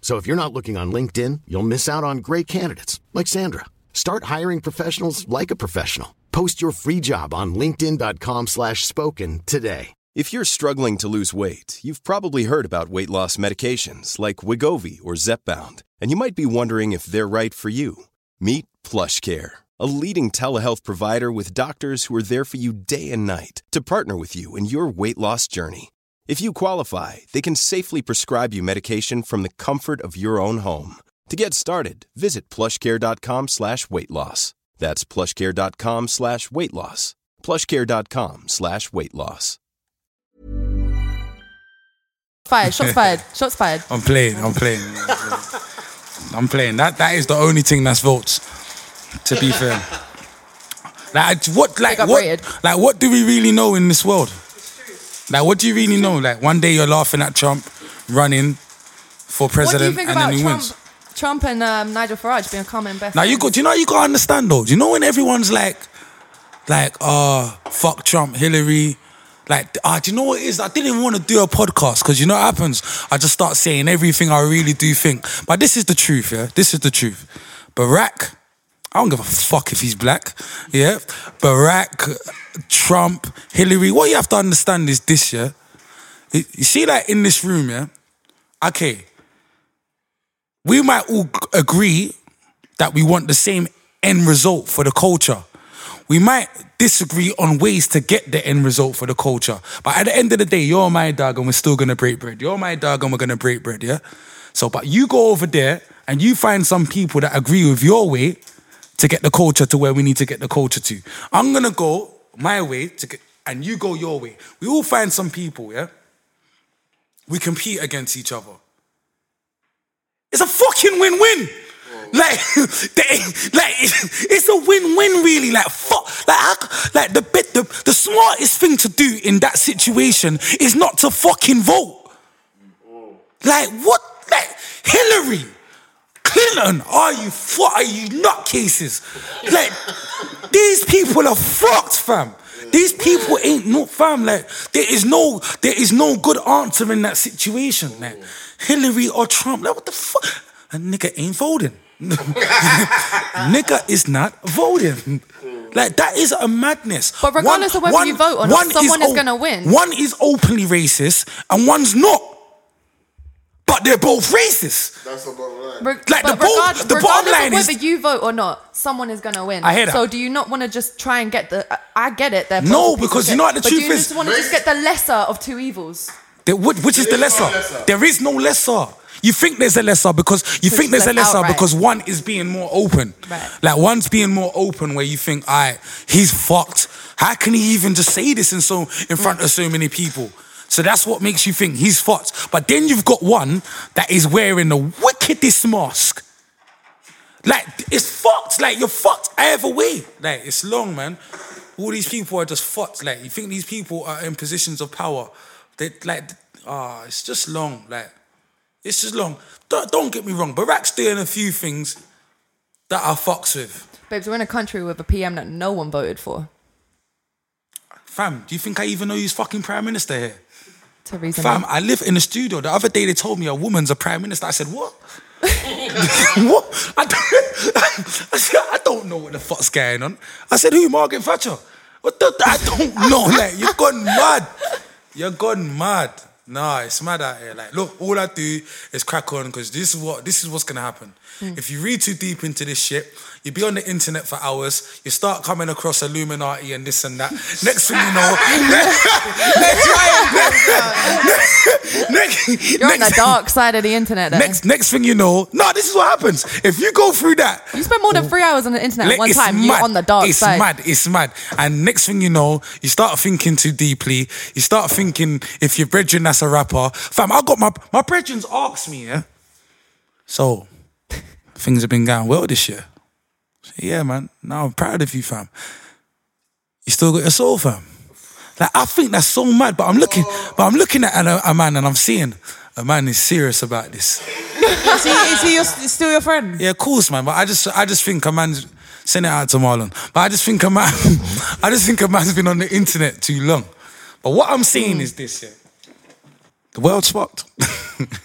I: So if you're not looking on LinkedIn, you'll miss out on great candidates like Sandra. Start hiring professionals like a professional. Post your free job on linkedin.com/spoken slash spoken today.
J: If you're struggling to lose weight, you've probably heard about weight loss medications like Wigovi or Zepbound, and you might be wondering if they're right for you. Meet PlushCare, a leading telehealth provider with doctors who are there for you day and night to partner with you in your weight loss journey. If you qualify, they can safely prescribe you medication from the comfort of your own home. To get started, visit plushcare.com slash weight loss. That's plushcare.com slash weight loss. plushcare.com slash weight loss.
G: fired. Shots fired. Shots fired.
D: I'm playing. I'm playing. I'm playing. I'm playing. That that is the only thing that's votes. To be fair, like what like
G: got
D: what
G: rated.
D: like what do we really know in this world? Like what do you really know? Like one day you're laughing at Trump running, for president,
G: what do you think
D: and
G: about
D: then he
G: Trump,
D: wins.
G: Trump and um, Nigel Farage being common best
D: Now you
G: friends?
D: got, do you know you got to understand though. Do you know when everyone's like, like, uh, fuck Trump, Hillary. Like, ah, do you know what it is? I didn't even want to do a podcast because you know what happens? I just start saying everything I really do think. But this is the truth, yeah? This is the truth. Barack, I don't give a fuck if he's black, yeah? Barack, Trump, Hillary. What you have to understand is this, yeah? You you see, like, in this room, yeah? Okay. We might all g- agree that we want the same end result for the culture. We might disagree on ways to get the end result for the culture, but at the end of the day, you're my dog and we're still gonna break bread. You're my dog and we're gonna break bread, yeah? So, but you go over there and you find some people that agree with your way to get the culture to where we need to get the culture to. I'm gonna go my way to get, and you go your way. We all find some people, yeah? We compete against each other. It's a fucking win-win. Like, they, like it's a win-win, really. Like, fuck, like, how, c- like the bit, the the smartest thing to do in that situation is not to fucking vote. Like, what? Like, Hillary, Clinton, are you fuck? Are you nutcases? Like, these people are fucked, fam. These people ain't no fam. Like, there is no, there is no good answer in that situation. Like, Hillary or Trump. Like, what the fuck? A nigga ain't voting. nigga is not voting. Like that is a madness.
G: But regardless of whether you vote or not, someone is gonna win.
D: One is openly racist and one's not. But they're both racist.
F: That's about right.
G: Reg-
D: Like, the
G: but
D: bottom-
G: regard-
D: the bottom
G: regardless
D: line
G: of
D: is-
G: whether you vote or not, someone is going to win.
D: I hear that.
G: So do you not want to just try and get the? I- I get it. They're
D: No,
G: both a piece
D: because
G: of
D: you
G: shit.
D: know what the
G: But
D: truth
G: do you
D: is?
G: just want to just get the lesser of two evils.
D: There would, which is the
G: There is
D: lesser.
G: no lesser.
D: There is no lesser. You think there's a lesser because you
G: So
D: think there's
G: it's
D: a
G: like
D: lesser
G: outright.
D: because one is being more open.
G: Right.
D: Like one's being more open where you think, all right, he's fucked. How can he even just say this in so in front of so many people? So that's what makes you think he's fucked. But then you've got one that is wearing the wickedest mask. Like it's fucked. Like you're fucked either way. Like it's long, man. All these people are just fucked. Like you think these people are in positions of power? They like ah, it's just long. Like it's just long. Don't don't get me wrong. Barack's doing a few things that I fucks with.
G: Babes, we're in a country with a PM that no one voted for.
D: Fam, do you think I even know who's fucking prime minister here?
G: Theresa
D: Fam,
G: May.
D: I live in a studio. The other day they told me a woman's a prime minister. I said, what? what? I don't, I, said, I don't know what the fuck's going on. I said, who? Margaret Thatcher? What the? I don't know. Like, you've gone mad. You're gone mad. Nah, it's mad out here. Like, look, all I do is crack on because this is what this is what's gonna happen.
G: Hmm.
K: Mm.
D: If you read too deep into this shit, you be on the internet for hours. You start coming across Illuminati and this and that. Next thing you know, next,
G: You're on the dark side of the internet. There.
D: next, next thing you know, no, this is what happens. If you go through that,
G: you spend more than three hours on the internet at
D: Like,
G: one
D: it's
G: time. You're
D: mad.
G: on the dark
D: it's
G: side.
D: mad. It's mad. And next thing you know, you start thinking too deeply. You start thinking if your brethren that's a rapper, fam. I got my my brethren's asked me, yeah. So things have been going well this year. So, yeah, man. Now I'm proud of you, fam. You still got your soul, fam. Like I think that's so mad. But I'm looking, but I'm looking at a, a man and I'm seeing a man is serious about this.
B: is he, is he your, still your friend?
D: Yeah, of course, man. But I just, I just think a man's send it out to Marlon. But I just think a man, I just think a man's been on the internet too long. But what I'm seeing is this: yeah, the world's fucked.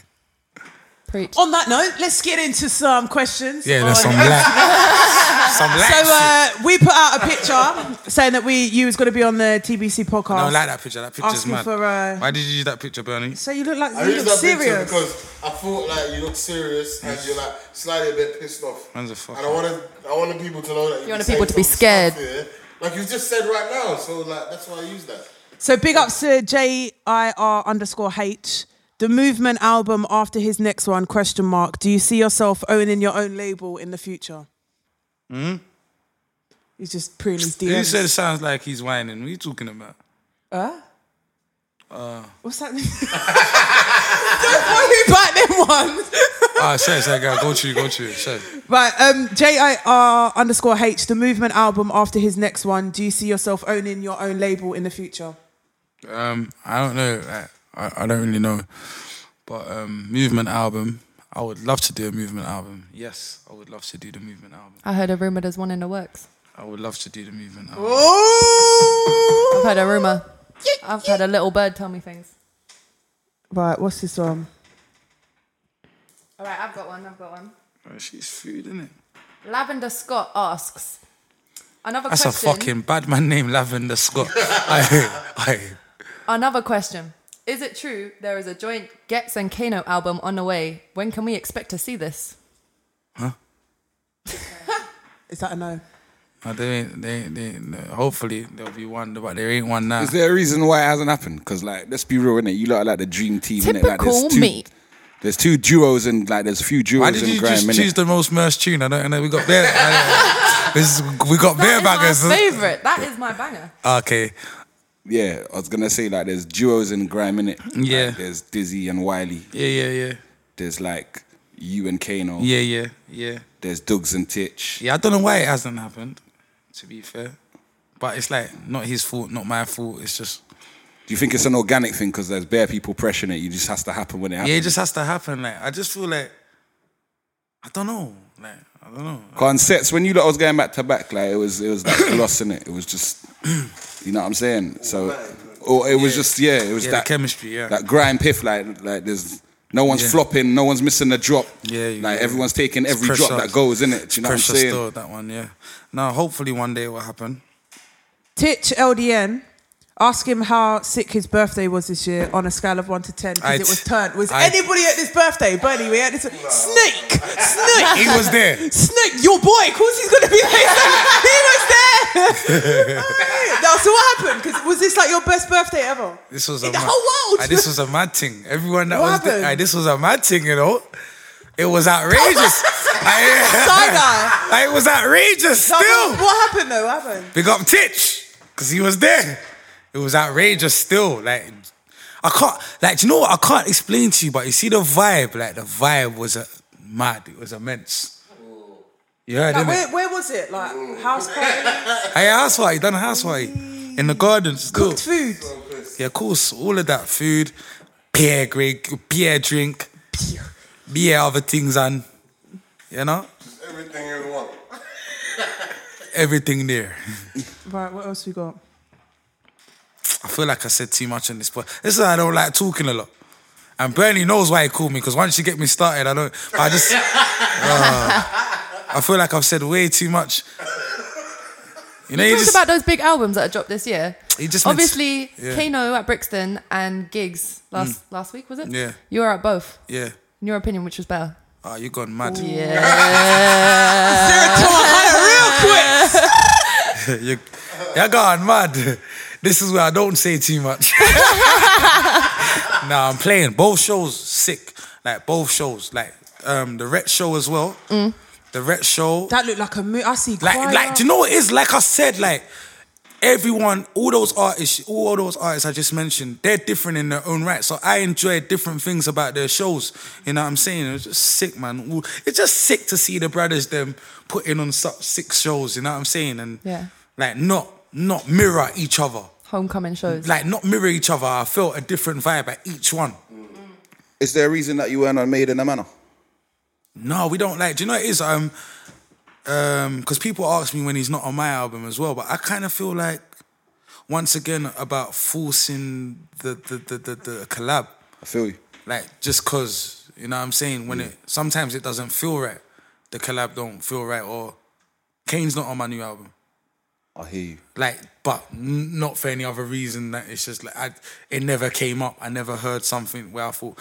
B: On that note, let's get into some questions.
D: Yeah, there's some
B: on-
D: lack- some lack
B: Oh, So uh, we put out a picture saying that we you was going to be on the TBC podcast.
D: I don't like that picture. That picture's
B: Asking
D: mad.
B: for, uh,
D: Why did you use that picture, Bernie?
B: So you look like
F: I
B: you
F: used that
B: look
F: picture
B: serious.
F: because I thought like you look serious and you're like slightly a bit pissed off.
D: Man's a
F: And I
D: fucker.
F: wanted, I wanted people to know that you,
G: wanted
F: saying
G: people to be
F: some stuff
G: scared.
F: here, like you just said right now. So like that's why I used that.
B: So big ups to J I R underscore H. The movement album after his next one? Question mark. Do you see yourself owning your own label in the future?
D: Hmm?
B: He's just pruning his
D: You
B: DMs.
D: said it sounds like he's whining. What are you talking about?
B: Huh?
D: Uh,
B: What's that? Don't worry about them ones.
D: ah, sorry, sorry, guy. Go to you, go to you. Sorry.
B: Right, um, JIR underscore H, the movement album after his next one. Do you see yourself owning your own label in the future?
D: Um, I don't know. I, I, I don't really know. But um, movement album, I would love to do a movement album. Yes, I would love to do the movement album.
G: I heard a rumor there's one in the works.
D: I would love to do the movement album.
G: Oh! I've heard a rumor. I've had a little bird tell me things.
B: Right, what's this one?
G: All right, I've got one. I've got one.
D: Oh, she's food, innit?
G: Lavender Scott asks another
D: That's
G: question.
D: a fucking bad man name, Lavender Scott. I, I,
G: Another question. Is it true there is a joint Getz and Kano album on the way? When can we expect to see this?
B: Is that a no?
D: no, they ain't, they, ain't, they ain't, no. hopefully there'll be one, but there ain't one now.
E: Is there a reason why it hasn't happened? Because like, let's be real, innit? You lot are like the dream team, innit? Like,
G: Typical
E: there's two,
G: me.
E: There's two duos and like there's a few duos
D: Why did
E: in
D: you
E: grime,
D: just
E: innit?
D: choose the most merch tune? I don't know. We got bear. I don't know. this is, we got bear
G: That
D: baggers.
G: is my favorite. That is my banger.
D: Okay.
E: Yeah, I was gonna say like there's duos in grime, innit?
D: Yeah.
E: Like, there's Dizzy and Wiley.
D: Yeah, yeah, yeah.
E: There's like you and Kano.
D: Yeah, yeah, yeah.
E: There's Dugs and Titch.
D: Yeah, I don't know why it hasn't happened, to be fair. But it's like, not his fault, not my fault. It's just,
E: Do you think it's an organic thing because there's bare people pressuring it? You just has to happen when it happens.
D: yeah, it just has to happen. Like, I just feel like, I don't know. Like, I don't know.
E: Concepts when you lot was going back to back, like it was it was like lost in it. It was just you know what I'm saying. So or it was just yeah, it was
D: Yeah, the
E: that
D: chemistry, yeah.
E: that grind piff. Like like there's no one's
D: Yeah.
E: flopping, no one's missing a drop.
D: Yeah, you-
E: like
D: yeah.
E: everyone's taking
D: It's
E: every
D: pressure.
E: drop that goes in it.
D: It's
E: Do you know what I'm
D: pressure
E: saying?
D: still, that one, yeah. Now, hopefully one day it will happen.
B: Titch LDN. Ask him how sick his birthday was this year on a scale of one to ten
D: I
B: because it
D: t-
B: was turned. Was
D: I-
B: anybody at this birthday, Bernie? We had this snake, snake.
D: He was there.
B: Snake, your boy. Of course, he's gonna be there. he was there. That's what happened. Because was this like your best birthday ever?
D: This was
B: In
D: a
B: the
D: mad,
B: whole world.
D: Aye, this was a mad thing. Everyone that
B: What
D: was there,
B: happened?
D: aye, this was a mad thing, you know. It was outrageous. I,
B: Side-eye.
D: it was outrageous.
B: No,
D: Still,
B: but What happened though? What happened?
D: Big up Titch, because he was there. It was outrageous still. Like, I can't, like, do you know what? I can't explain to you, but you see the vibe, like, the vibe was uh, mad. It was immense. You heard,
B: Like,
D: innit?
B: where, where was it? Like house party,
D: Hey, house party, done a house party. In the garden, still.
B: cooked food.
D: Yeah, of course, all of that food, beer, Greg, beer drink, beer, other things, and, you know,
F: Everything in one.
D: everything there.
B: Right, what else we got?
D: I feel like I said too much on this pod. This is why I don't like talking a lot. And Bernie knows why he called me because once you get me started, I don't. I just. Ah. I feel like I've said way too much. You know, you
G: Talked
D: just.
G: about those big albums that I dropped this year.
D: He just meant-
G: Obviously,
D: Yeah. Mm.
G: Kano at Brixton and gigs last last week was it?
D: Yeah.
G: You were at both.
D: yeah.
G: In your opinion, which was better?
D: Oh, you're gone mad.
B: Uh,
D: you, you're gone mad. This is where I don't say too much. nah, I'm playing. Both shows sick. Like both shows. Like um, the Ret show as well.
G: Mm.
D: The Ret show.
B: That looked like a mo- I see.
D: Like,
B: choir.
D: like, do you know what it is? Like I said, like everyone, all those artists, all those artists I just mentioned, they're different in their own right. So I enjoy different things about their shows. You know what I'm saying? It's just sick, man. Ooh, It's just sick to see the brothers them putting on such sick shows. You know what I'm saying? And
G: Yeah.
D: like not not mirror each other.
G: Homecoming shows.
D: Like not mirror each other. I felt a different vibe at each one.
E: Is there a reason that you weren't on Made in a Manor?
D: No, we don't like. Do you know what it is? Um, um, because people ask me when he's not on my album as well, but I kind of feel like once again about forcing the the the the, the collab,
E: I feel you.
D: like just cause you know what I'm saying. When it sometimes it doesn't feel right, the collab don't feel right. Or Kane's not on my new album,
E: I hear you.
D: like, but n- not for any other reason. That it's just like I, it never came up. I never heard something where I thought.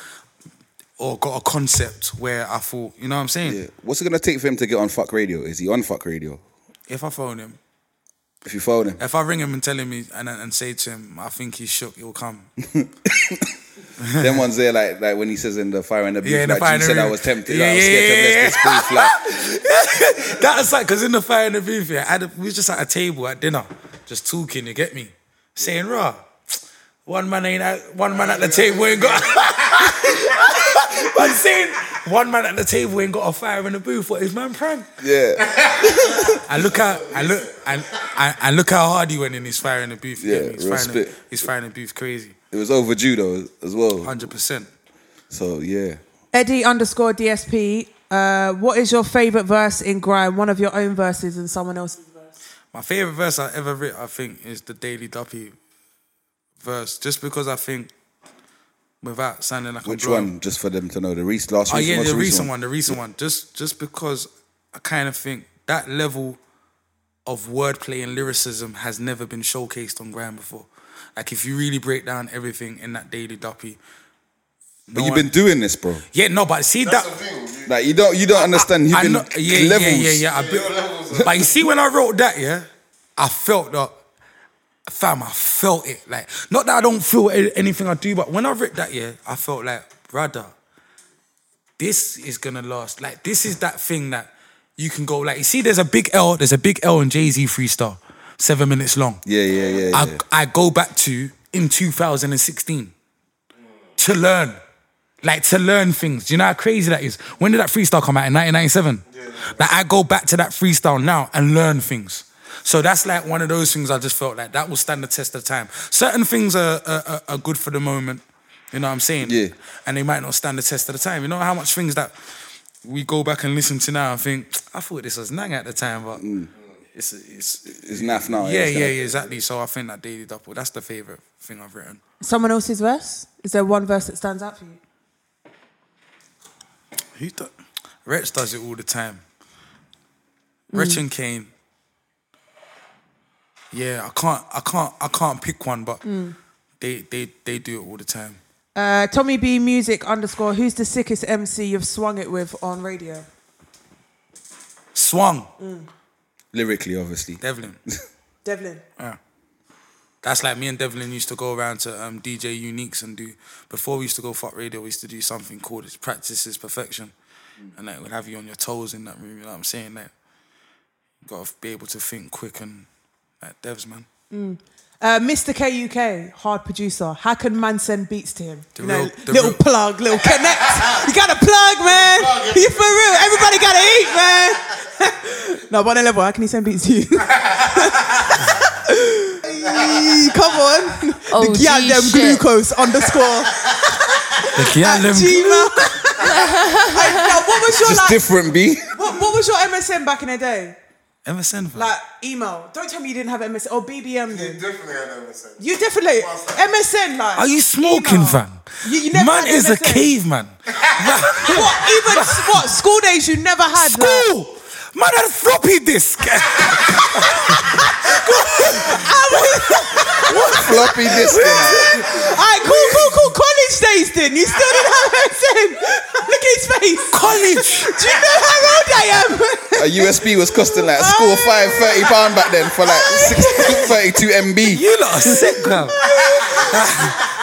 D: Or got a concept where I thought, you know what I'm saying?
E: Yeah. What's it gonna take for him to get on Fuck Radio? Is he on Fuck Radio?
D: If I phone him,
E: If you phone him,
D: If I ring him and tell him he, and and say to him, I think he's shook, he'll come.
E: them ones there like like when he says in the fire and the beef,
D: Yeah, in the
E: like
D: fire
E: you
D: and the
E: said I
D: beef.
E: was tempted,
D: Yeah,
E: I was
D: yeah,
E: scared
D: yeah,
E: to
D: yeah.
E: miss this beef. Like,
D: That's like because in the fire in the booth, yeah, I had a- we was just at a table at dinner, just talking. You get me? Saying raw. One man ain't at, one man at the table ain't got. I'm saying one man at the table ain't got a fire in the booth. What is man prank?
E: yeah.
D: I look how I look and I, I look how hard he went in his fire in the booth. you get
E: Yeah,
D: me? He's
E: real
D: firing, the,
E: spit.
D: he's firing the booth crazy,
E: It was overdue though as well.
D: hundred percent.
E: So yeah.
B: Eddie underscore DSP. Uh, what is your favorite verse in Grime? One of your own verses and someone else's.
D: My favorite verse I ever wrote, I think, is the Daily Duppy verse, just because I think, without sounding like
E: Which
D: a blow-
E: one? Just for them to know the recent last.
D: Oh
E: recent-
D: yeah,
E: most
D: the recent one, the recent one. Just just because I kind of think that level of wordplay and lyricism has never been showcased on Grime before. Like if you really break down everything in that Daily Duppy,
E: But you've been doing this, bro.
D: yeah, no, but see that.
E: Like you don't you don't understand. You've
D: I
E: been
D: know- yeah,
E: levels.
D: yeah, yeah, yeah. I be- but you see, when I wrote that, yeah, I felt that. Fam, I felt it. Like, not that I don't feel a- anything I do, but when I wrote that, yeah, I felt like, brother, this is gonna last. Like, this is that thing that you can go. Like, you see, there's a big L. There's a big L in Jay Z freestyle, seven minutes long.
E: Yeah, yeah, yeah. yeah.
D: I, I go back to in 2016 to learn, like to learn things. Do you know how crazy that is? When did that freestyle come out in 1997? Like I go back to that freestyle now and learn things. So that's like one of those things I just felt like that will stand the test of time. Certain things are are, are- are good for the moment, you know what I'm saying? Yeah. And they might not stand the test of the time. You know how much things that we go back and listen to now and think I thought this was nang at the time, but
E: Mm.
D: it's it's
E: It's naff now.
D: yeah,
E: it's
D: yeah,
E: like-
D: yeah, exactly. So I think that daily double, that's the favorite thing I've written.
B: Someone else's verse? Is there one verse that stands out for you?
D: Who do- Rich does it all the time. Rich
B: Mm.
D: and Kane. Yeah, I can't, I can't, I can't pick one, but
B: Mm.
D: they, they, they do it all the time.
B: Uh, Tommy B Music underscore. Who's the sickest MC you've swung it with on radio?
D: Swung
B: Mm.
E: Lyrically, obviously.
D: Devlin.
B: Devlin.
D: Yeah. That's like me and Devlin used to go around to um, DJ Uniques and do. Before we used to go fuck radio, we used to do something called it's practice is perfection,
B: Mm.
D: and that would have you on your toes in that room. You know what I'm saying? Like, you gotta be able to think quick and like Devs man,
B: Mm. Uh, Mr. KUK, hard producer. How can man send beats to him?
D: The
B: you know,
D: real- the
B: little
D: real-
B: plug, little connect. you got to plug, man. You for real? Everybody got to eat, man. no, but on a level, how can he send beats to you? Hey, Come on.
C: Oh,
B: the yeah,
C: gee,
B: them
C: shit.
B: glucose underscore. Gmail. Hey, now, what was your
E: Just
B: like,
E: different, B.
B: What, what was your MSN back in the day?
D: MSN.
B: Like email. Don't tell me you didn't have MSN or BBM. You
F: definitely had MSN.
B: You definitely MSN like.
D: Are you smoking, fam?
B: You, you never
D: man
B: had
D: is a
B: MSN.
D: caveman.
B: what even what school days you never had?
D: School. Man had floppy disk.
B: what
E: floppy disk?
B: Alright, cool, cool, cool. College days then. You still didn't have MSN. Look at his face.
D: College.
B: Do you know how old I am?
E: A USB was costing like school five thirty pound back then for like six, 32 MB.
D: You lot are sick, girl.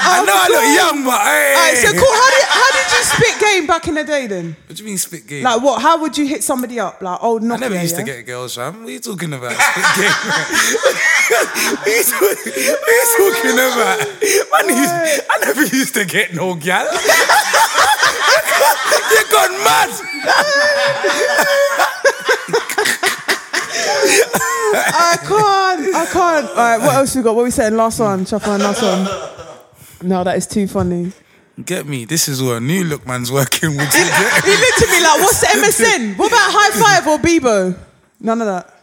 D: I know I look young, but hey.
B: Alright, so cool. How did, how did you spit game back in the day then?
D: What do you mean spit game?
B: Like what? How would you hit somebody up? Like old Nokia.
D: I never used
B: yeah?
D: to get girls, fam. What are you talking about? Spit game. what, are you talk- what are you talking about? Man, used- I never used to get no gal. you gone mad.
B: I can't. I can't. All right, what else we got? What we saying? Last one. Chop on. Last one. No, that is too funny.
D: Get me. This is what a new look man's working with. You get
B: He looked at me like, "What's the MSN? What about High Five or Bebo? None of that."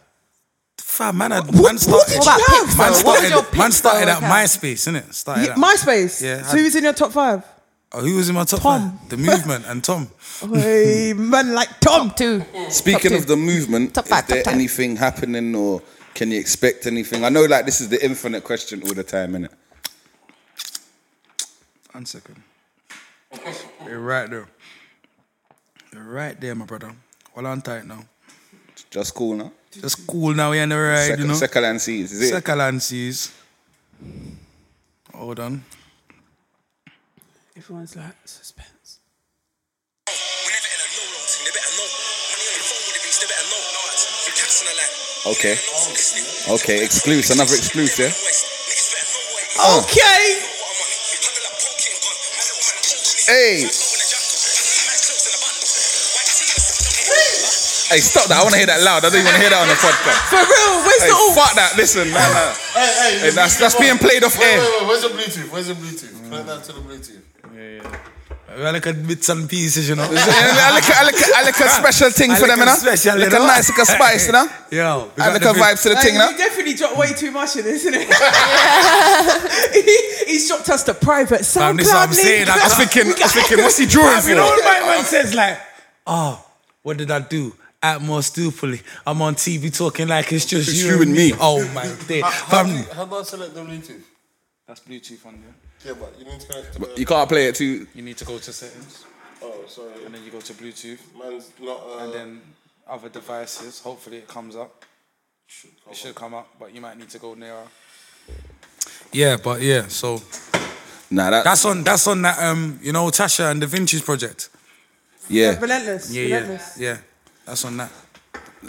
D: Fam, man, I, man started.
B: did you What about have? Pixel?
D: Man
B: What was your
D: started, man
B: Pixel
D: started at
B: account?
D: MySpace, innit? Started
B: Yeah,
D: at-
B: MySpace.
D: Yeah.
B: So who was in your top five?
D: Oh, who was in my top Tom. The movement and Tom.
B: Hey, man, like Tom.
C: too.
E: Speaking of the movement,
B: Top five,
E: is
B: top
E: there
B: ten.
E: anything happening or can you expect anything? I know like this is the infinite question all the time, innit?
D: One second. You're right there. You're right there, my brother. Well, I'm tight now.
E: Just cool now.
D: Just cool now, you're on the ride,
E: Second,
D: you know.
E: second and seas, is it?
D: Second and seas. Hold on.
B: Everyone's like suspense.
E: Okay. Okay, exclusive, another exclusive.
D: Oh.
B: Okay.
E: Hey. Hey, stop that. I want to hear that loud. I don't even want to hear that on the podcast.
B: For real, where's
E: hey,
B: the oomph?
E: Fuck that. Listen, man.
F: Hey, hey,
E: that's- that's being played off
F: wait,
E: air.
F: Wait, wait, where's the Bluetooth? Where's the Bluetooth? Plug that to the Bluetooth.
D: I like a bits and pieces, you know.
K: I like, I, like, I like a special thing for
D: I
K: them, you know.
D: like a special, you
K: like
D: know.
K: a nice like a spice, you know.
D: Yo, we
K: I
D: got
K: like
D: the
K: a
D: bit-
K: vibe to the thing, you know.
B: Like, You definitely dropped way too much in this, isn't it? he, he's dropped us to private SoundCloud.
D: Fam, this is what I'm saying.
B: link.
D: I'm thinking, I'm thinking, what's he drawing for?
B: You know what my man
D: says, like, oh, what did I do? At more stupidly, I'm on TV talking like it's just
E: It's
D: you,
E: you and me.
D: Oh my day,
F: How, how, do
D: fam.
F: you, how do I select the Bluetooth?
D: That's Bluetooth on there.
F: Yeah, but you need to connect to
E: You can't play it too.
D: You need to go to settings.
F: Oh, sorry.
D: And then you go to Bluetooth.
F: Mine's not. Uh,
D: and then other devices. Hopefully, it comes up. it should come up, but you might need to go nearer. Yeah, but yeah, so
E: Nah, that,
D: that's on that's on that um you know Tasha and the Vinci's project.
E: yeah.
B: Relentless.
D: Yeah, yeah,
B: Relentless.
D: yeah. That's on that.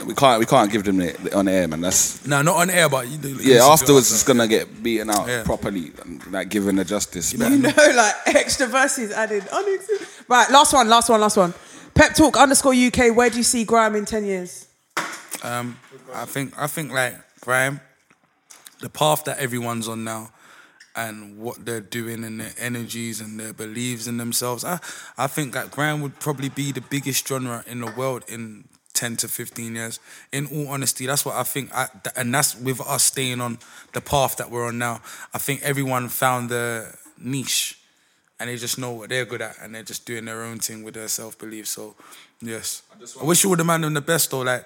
E: We can't we can't give them it on air, man. That's
D: No, not on air, but you, you listen
E: yeah.
D: to it
E: Afterwards, it's
D: after.
E: gonna get beaten out
D: Yeah.
E: properly, like given the justice.
B: You know, like extra verses added. Oh, Unex- Right, last one, last one, last one. Pep Talk underscore UK, where do you see Grime in 10 years?
D: Um, I think I think like Graham, the path that everyone's on now, and what they're doing and their energies and their beliefs in themselves. I I think that Graham would probably be the biggest genre in the world in. 10 to 15 years in all honesty that's what i think I, th- and that's with us staying on the path that we're on now i think everyone found their niche and they just know what they're good at and they're just doing their own thing with their self-belief so yes i, wish you would have man them the best though like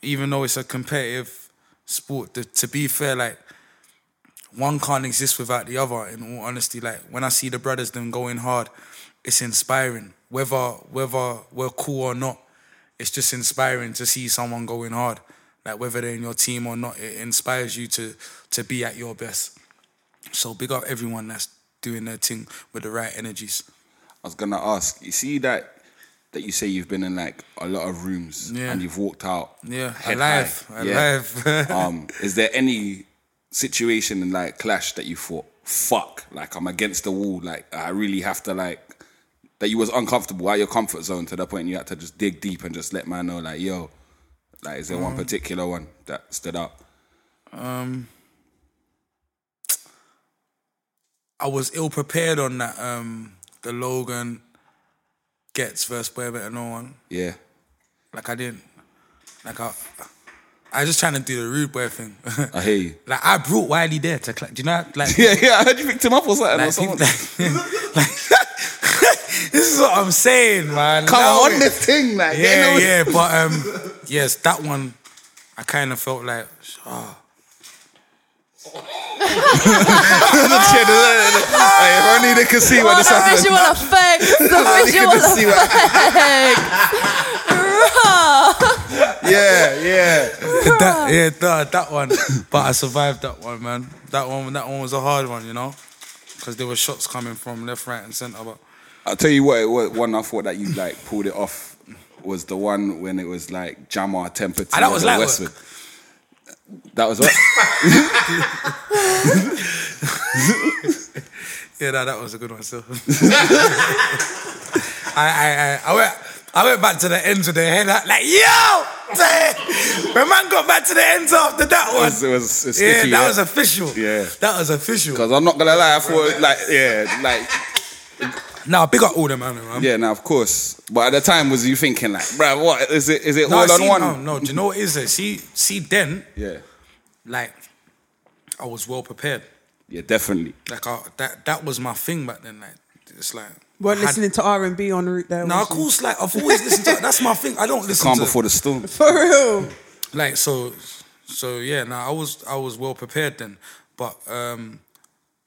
D: even though it's a competitive sport, to, to be fair, like one can't exist without the other. In all honesty, like when I see the brothers them going hard, it's inspiring. Whether whether we're cool or not, it's just inspiring to see someone going hard. Like whether they're in your team or not, it inspires you to to be at your best. So big up everyone that's doing their thing with the right energies.
E: I was gonna ask. You see that that you say you've been in like a lot of rooms
D: Yeah.
E: and you've walked out.
D: Yeah,
E: head
D: alive,
E: high.
D: alive.
E: um, is there any situation in like clash that you thought, fuck, like I'm against the wall, like I really have to like that you was uncomfortable out of your comfort zone to the point you had to just dig deep and just let man know, like yo, like is there one
D: Um,
E: particular one that stood out?
D: Um, I was ill prepared on that. Um, the Logan gets versus Webber and all one.
E: Yeah.
D: Like I didn't. Like I, I was just trying to do the rude boy thing.
E: I hear you.
D: like I brought Wiley there to. Cla- do you know? Like
E: yeah, yeah, I heard you picked him up or something. or
D: Like,
E: someone.
D: people- this is what I'm saying, man.
E: Come
D: Now
E: on
D: it-
E: this thing, like
D: yeah,
E: you know?
D: yeah, but um, yes, that one, I kind of felt like, ah.
E: Hey, if only they could see what this
C: the
E: happened.
C: visual effects. The
E: Only they
C: visual
E: could see what-
C: effects. Raw.
E: Yeah, yeah.
D: that, yeah, that, that one. But I survived that one, man. That one, that one was a hard one, you know, because there were shots coming from left, right, and centre. But
E: I'll tell you what, it was, one I thought that you like pulled it off was the one when it was like Jamar Temperton.
D: Ah, that was light work.
E: Westwood. That was what?
D: yeah, that, that was a good one. So, I, I, I, I went, I went back to the ends of the head, like, like, yo, my man got back to the ends after that
E: It
D: one.
E: was, it was, it was
D: yeah,
E: sticky,
D: that was official.
E: Yeah.
D: That was official.
E: Because I'm not going to lie, I thought, like, yeah, like.
D: Nah, big up all them, man.
E: Yeah, now, of course. But at the time, was you thinking, like, bruh, what? Is it, is it
D: No,
E: all on
D: see,
E: one?
D: No, no, do you know what it is it? See, see, then,
E: Yeah.
D: like, I was well prepared.
E: Yeah, definitely.
D: Like I, that that was my thing back then. Like it's like
B: Weren't
D: I had-
B: listening to R&B on route there.
D: No, of
B: was you?
D: course. Like I've always listened to. That's my thing. I don't listen
E: Calm
D: to
E: before the storm.
B: For real.
D: like so so yeah now i was i was well prepared then but um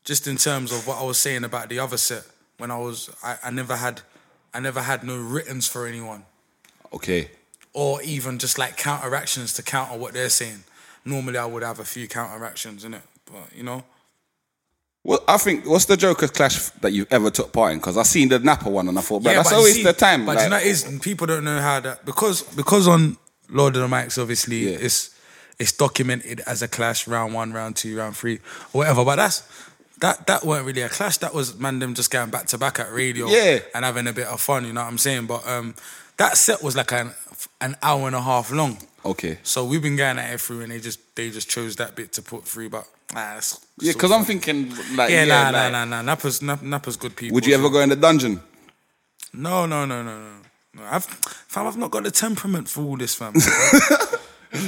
D: just in terms of what i was saying about the other set when i was i, I never had i never had no writtens for anyone
E: Okay.
D: or even just like counteractions to counter what they're saying normally i would have a few counteractions in it but you know
E: Well, I think what's the Joker clash that you've ever took part in? Because I seen the Napa one and I thought, but that's
D: but you
E: always
D: see-
E: the time.
D: But
E: like-
D: you know, it's, people don't know how that because because on Lord of the Mics, obviously, it's it's documented as a clash, round one, round two, round three, or whatever. But that's that that weren't really a clash. That was man them just going back to back at radio,
E: Yeah.
D: and having a bit of fun. You know what I'm saying? But um, that set was like an an hour and a half long.
E: Okay.
D: So we've been going at it through, and they just they just chose that bit to put through. But ah, that's
E: Yeah, because I'm thinking like
D: yeah, nah,
E: like,
D: nah, nah, nah. Napa's Nap- Napa's good people.
E: Would you ever go in the dungeon?
D: No, no, no, no, no. no I've fam, I've not got the temperament for all this, fam.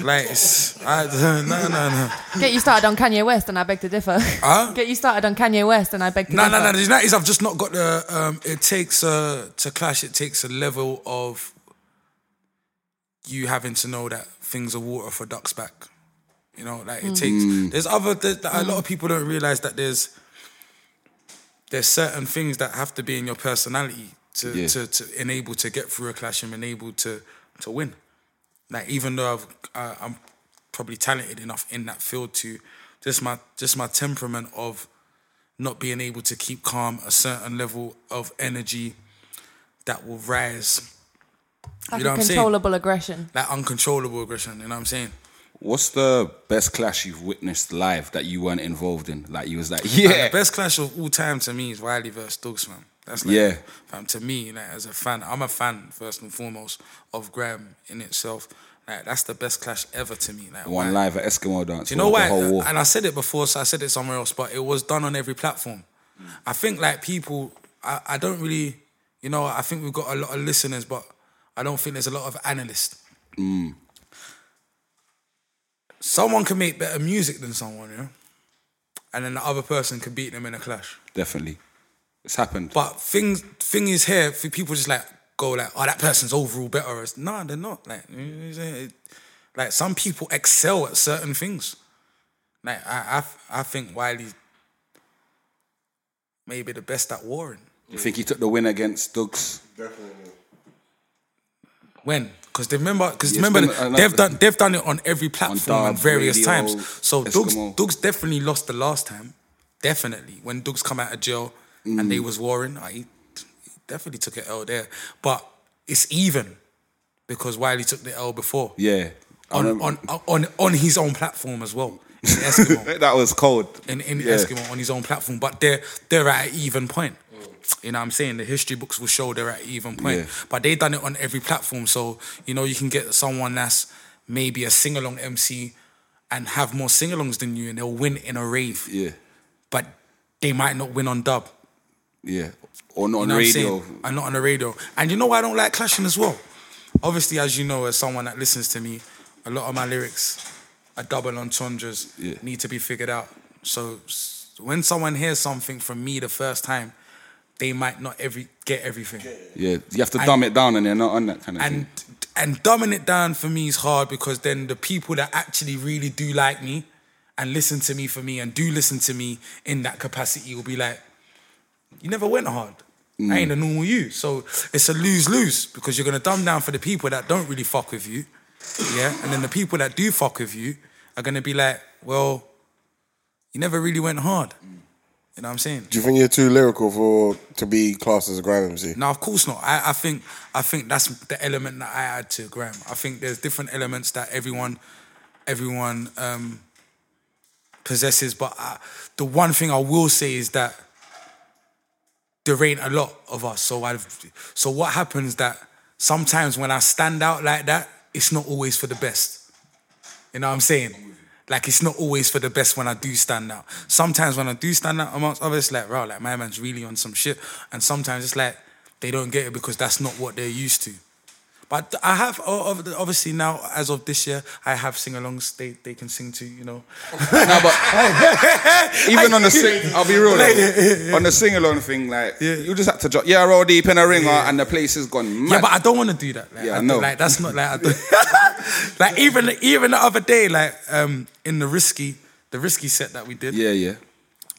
D: like, it's, I, no, no, no.
G: Get you started on Kanye West, and I beg to differ.
D: Huh?
G: Get you started on Kanye West, and I beg to
D: No,
G: differ.
D: no, no. It's not. It's I've just not got the. Um, it takes uh, to clash. It takes a level of you having to know that things are water for ducks back. You know, like it
E: Mm.
D: takes.
E: Mm.
D: There's other. There's, A lot of people don't realize that there's there's certain things that have to be in your personality to
E: Yeah.
D: to, to enable to get through a clash and enable to to win. Like even though I've, uh, I'm probably talented enough in that field to just my just my temperament of not being able to keep calm, a certain level of energy that will rise.
G: Like
D: you know
G: a
D: what I'm saying?
G: controllable aggression.
D: That uncontrollable aggression. You know what I'm saying?
E: What's the best clash you've witnessed live that you weren't involved in? Like you was like,
D: Like,
E: yeah,
D: the best clash of all time to me is Wiley versus Dogs, man. That's like,
E: Yeah.
D: fam, to me, like, as a fan, I'm a fan first and foremost of Graham in itself. Like, that's the best clash ever to me. Like,
E: one
D: Wiley.
E: live at Eskimo dance.
D: Do you know
E: with
D: why?
E: The whole wall.
D: And I said it before, so I said it somewhere else, but it was done on every platform.
E: Mm.
D: I think like people, I, I don't really, you know, I think we've got a lot of listeners, but I don't think there's a lot of analysts.
E: Mm.
D: Someone can make better music than someone, you know, and then the other person can beat them in a clash.
E: Definitely, it's happened.
D: But things, thing is here, f- people just like go like, oh, that person's overall better. It's, nah, they're not. Like, you know what I'm saying? It- like some people excel at certain things. Like I, I, I think Wiley's maybe the best at warring.
E: You think he took the win against Dukes?
F: Definitely.
D: When? Because they remember, because
E: Yes,
D: remember,
E: remember- I like
D: they've
E: that.
D: done they've done it on every platform
E: dub,
D: and various
E: radio,
D: times. So Doug's,
E: Eskimo.
D: Doug's definitely lost the last time, definitely when Doug's come out of jail
E: Mm.
D: and they was warring. Like, he he definitely took an L there, but it's even because Wiley took the L before
E: Yeah, I
D: on
E: remember-
D: on, on on his own platform as well. In Eskimo
E: that was cold.
D: in, in
E: Yeah.
D: Eskimo on his own platform, but they're they're at an even point. You know what I'm saying? The history books will show they're at an even point.
E: Yeah.
D: But they done it on every platform. So, you know, you can get someone that's maybe a sing along MC and have more sing alongs than you and they'll win in a rave.
E: Yeah,
D: But they might not win on dub.
E: yeah, or not
D: You
E: on
D: know what I'm
E: radio.
D: saying? And not on the radio. And you know why I don't like clashing as well? Obviously, as you know, as someone that listens to me, a lot of my lyrics are double entendres,
E: Yeah.
D: need to be figured out. So s- when someone hears something from me the first time, they might not every get everything.
E: Yeah, you have to
D: And-
E: dumb it down, and they're not on that kind of
D: And and dumbing it down for me is hard because then the people that actually really do like me and listen to me for me and do listen to me in that capacity will be like, you never went hard. I ain't a normal you. So it's a lose lose because you're gonna dumb down for the people that don't really fuck with you, yeah. And then the people that do fuck with you are gonna be like, well, you never really went hard. You know what I'm saying?
F: Do you think you're too lyrical for to be classed as a grime MC?
D: No, of course not. I, I think I think that's the element that I add to Graham. I think there's different elements that everyone everyone um, possesses, but I, the one thing I will say is that there ain't a lot of us. So I've so what happens that sometimes when I stand out like that, it's not always for the best. You know what I'm saying? Like it's not always for the best when I do stand out. Sometimes when I do stand out amongst others, like wow, like my man's really on some shit. And sometimes it's like they don't get it because that's not what they're used to. But I have o- ob- obviously now, as of this year, I have sing-alongs. They they can sing to you
E: no,
D: know. Oh.
E: but even on the sing, I'll be real.
D: Like,
E: though, on the sing along thing, like you just have to drop. Yeah, I roll deep in a ringer, and the place has gone mad.
D: Yeah, but I don't want to do that. Like,
E: Yeah, I
D: don't-
E: know.
D: Like that's not like I don't. like even even the other day, like um in the risky the risky set that we did.
E: yeah, yeah.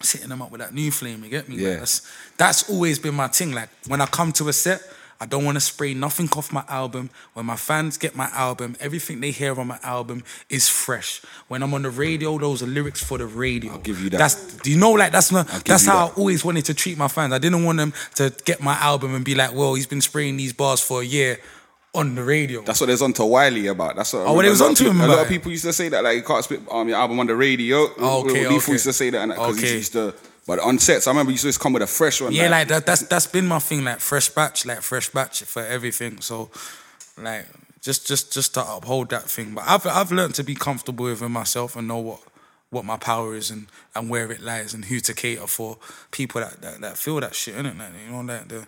D: Sitting them up with that new flame, you get me? Like,
E: Yeah.
D: that's that's always been my thing. Like when I come to a set, I don't want to spray nothing off my album. When my fans get my album, everything they hear on my album is fresh. When I'm on the radio, those are lyrics for the radio. I'll
E: give you that.
D: That's do you know like that's not that's
E: you
D: how
E: that.
D: I always wanted to treat my fans. I didn't want them to get my album and be like, well, he's been spraying these bars for a year on the radio.
E: That's what they was on to Wiley about. That's what. I
D: Oh,
E: remember
D: what they was
E: a lot
D: on
E: of
D: to
E: peop-
D: him
E: A
D: about
E: lot of
D: it?
E: people used to say that, like, you can't spit um, your album on the radio.
D: Oh, okay,
E: Lethal
D: okay.
E: used to say that, and because
D: Okay.
E: he used to. But on sets, I remember you used to just come with a fresh one.
D: Yeah, like that. That's that's been my thing. Like fresh batch, like fresh batch for everything. So, like just just just to uphold that thing. But I've I've learned to be comfortable within myself and know what what my power is and, and where it lies and who to cater for people that that, that feel that shit in it. Like, you know, like the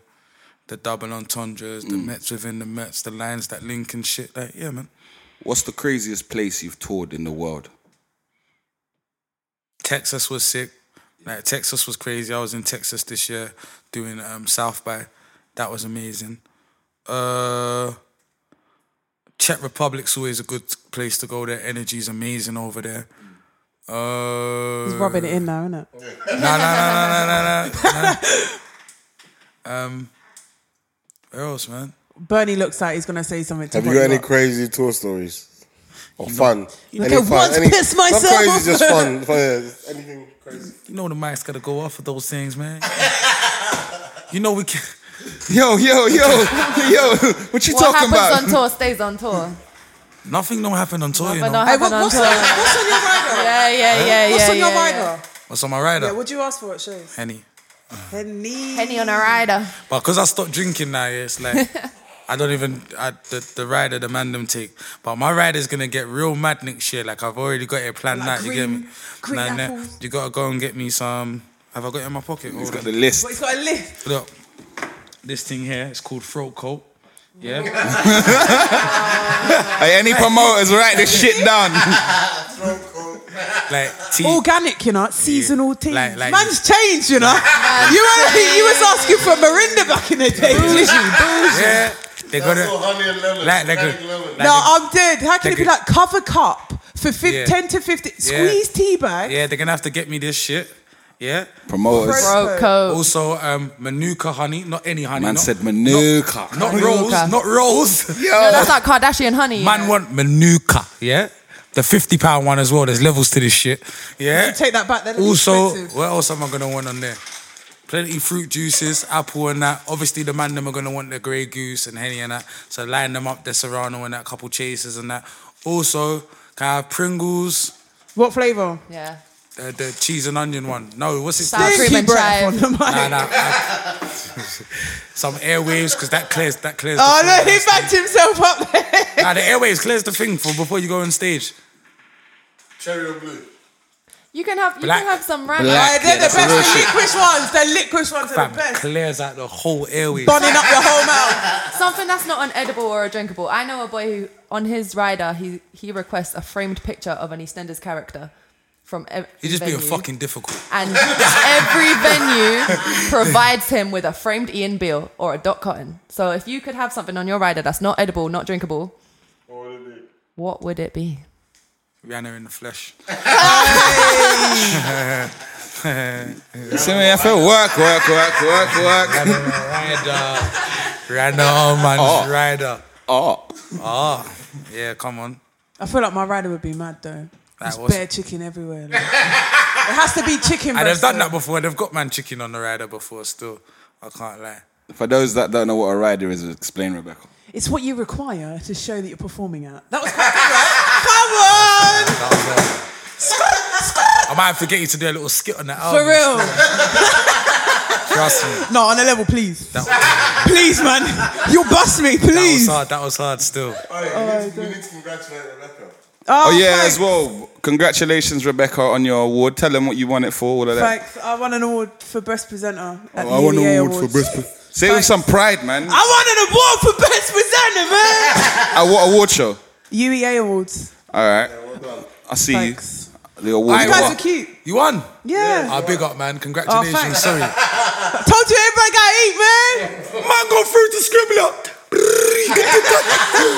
D: the double entendres, the Mets within the Mets, the lines that link and shit. Like, yeah, man.
E: What's the craziest place you've toured in the world?
D: Texas was sick. Like Texas was crazy. I was in Texas this year doing um, South by. That was amazing. Uh, Czech Republic's always a good place to go. Their energy's amazing over there. Uh,
B: He's rubbing it in now, isn't it?
D: no, no, no, no, no, no, no. Um, where else, man?
B: Bernie looks like he's gonna say something. to
F: Have you
B: Bobby
F: got any
B: Rock.
F: crazy tour stories? Or fun?
B: You know, once piss myself.
F: Not crazy, just fun. Fun, yeah. Anything crazy?
D: You know the mic's gotta go off for those things, man. you know we can.
K: Yo, yo, yo, yo! What you
G: what
K: talking
G: happens
K: about?
G: on tour stays on tour.
D: Nothing don't happen on tour, you
G: But
D: know.
G: not happen on tour.
B: what's on your rider?
G: Yeah, yeah, yeah, yeah.
B: What's on your
G: yeah,
B: rider?
G: yeah.
D: What's on my rider?
B: Yeah, what'd you ask for at shows?
D: Henny.
B: Henny.
G: Henny on a rider.
D: But because I stopped drinking now, yeah, it's like I don't even I, the the rider the man them take. But my rider's gonna get real mad next year. Like I've already got it planned
B: Like
D: out. you get me?
B: green- green
D: Nah, nah,
B: apples.
D: you gotta go and get me some. Have I got it in my pocket? He's
E: got the list.
B: But he's got a lift.
D: Look, this thing here. It's called throat coat. Yeah.
K: Hey, any promoters, write this shit down.
D: like tea.
B: Organic, you know, seasonal tea.
D: Like- like-
B: Man's changed, you know. you were you was asking for Mirinda back in the day.
D: Yeah. They
F: uh,
D: got it. Like they got. like
B: no,
D: they-
B: I'm dead. How can it be
D: Like
B: like cover cup for fif-
D: Yeah.
B: ten to fifty?
D: Yeah.
B: Squeeze tea bag.
D: yeah, they're gonna have to get me this shit. Yeah.
E: Promoters.
G: Throat coat.
D: Also, um, manuka honey, not any honey.
E: Man
D: not,
E: said Manuka.
D: not rolls, not rolls.
G: No, that's like Kardashian honey.
D: Man want manuka, yeah? The 50 pound one as well. There's levels to this shit.
B: You
D: Yeah.
B: take that back. Then
D: Also, what else am I gonna want on there? Plenty fruit juices, apple and that. Obviously, the man them are gonna want the Grey Goose and Henny and that. So line them up, the Serrano and that, couple chasers and that. Also, can I have Pringles,
B: what flavour?
G: Yeah.
D: uh, the cheese and onion one? No, what's it?
G: Sour cream and
B: breath on
G: chive.
B: the mic.
D: Nah, nah. Some airwaves, because that clears that clears.
B: Oh
D: the
B: no, he backed himself up there.
D: Nah, the airwaves clears the thing for before you go on stage.
F: Cherry or blue?
G: You can have you
D: Black.
G: can have some random.
E: Black.
B: Right, they're
E: Yeah,
B: the best. The licorice ones. The licorice ones are
D: Fam,
B: the best.
D: clears out the whole airwaves.
B: Bunning up your whole mouth.
G: Something that's not an edible or a drinkable. I know a boy who, on his rider, he he requests a framed picture of an EastEnders character from every
D: He's just
G: venue.
D: being fucking difficult.
G: And every venue provides him with a framed Ian Beale or a Doc Cotton. So if you could have something on your rider that's not edible, not drinkable, what would it be?
D: Rihanna in the flesh.
K: You see me? I feel work, work, work, work, work.
D: Rihanna on my rider. Rihanna on my
K: Oh.
D: rider.
K: Oh,
D: Oh, yeah, come on.
B: I feel like my rider would be mad though. There's
D: what's-
B: bare chicken everywhere. like. it has to be chicken.
D: And they've
B: breast,
D: done
B: though.
D: that before. They've got man chicken on the rider before still. I can't lie.
E: For those that don't know what a rider is, explain, Rebecca.
B: It's what you require to show that you're performing at. That was quite good, right? Come on!
D: That was all. I might have to get you to do a little skit on that album.
B: For real.
D: Trust me.
B: No, on a level, please.
D: That was,
B: Please, man. You'll bust me,
D: that was
B: please.
D: hard. That was hard still.
F: Oh, yeah, we, need to, we need to congratulate Rebecca.
E: Oh, yeah,
B: thanks.
E: as well. Congratulations, Rebecca, on your award. Tell them what you won it for. All of that.
B: Thanks. I won an award for Best Presenter. At
E: Oh, I won
B: the
E: an
B: UEA
E: award for
B: Awards.
E: Best Say it with
B: Thanks.
E: some pride, man.
B: I won an award for Best Presenter, man!
E: I Uh, what award show?
B: UEA Awards.
E: All right. I see
B: Thanks.
E: you. The award.
D: I
B: You guys
D: won.
B: are cute.
D: You won.
B: Yeah. Oh,
D: Ah, big up, man. Congratulations.
B: thanks.
D: Sorry.
B: I told you everybody got to eat, man.
D: Man, go through to scribble up.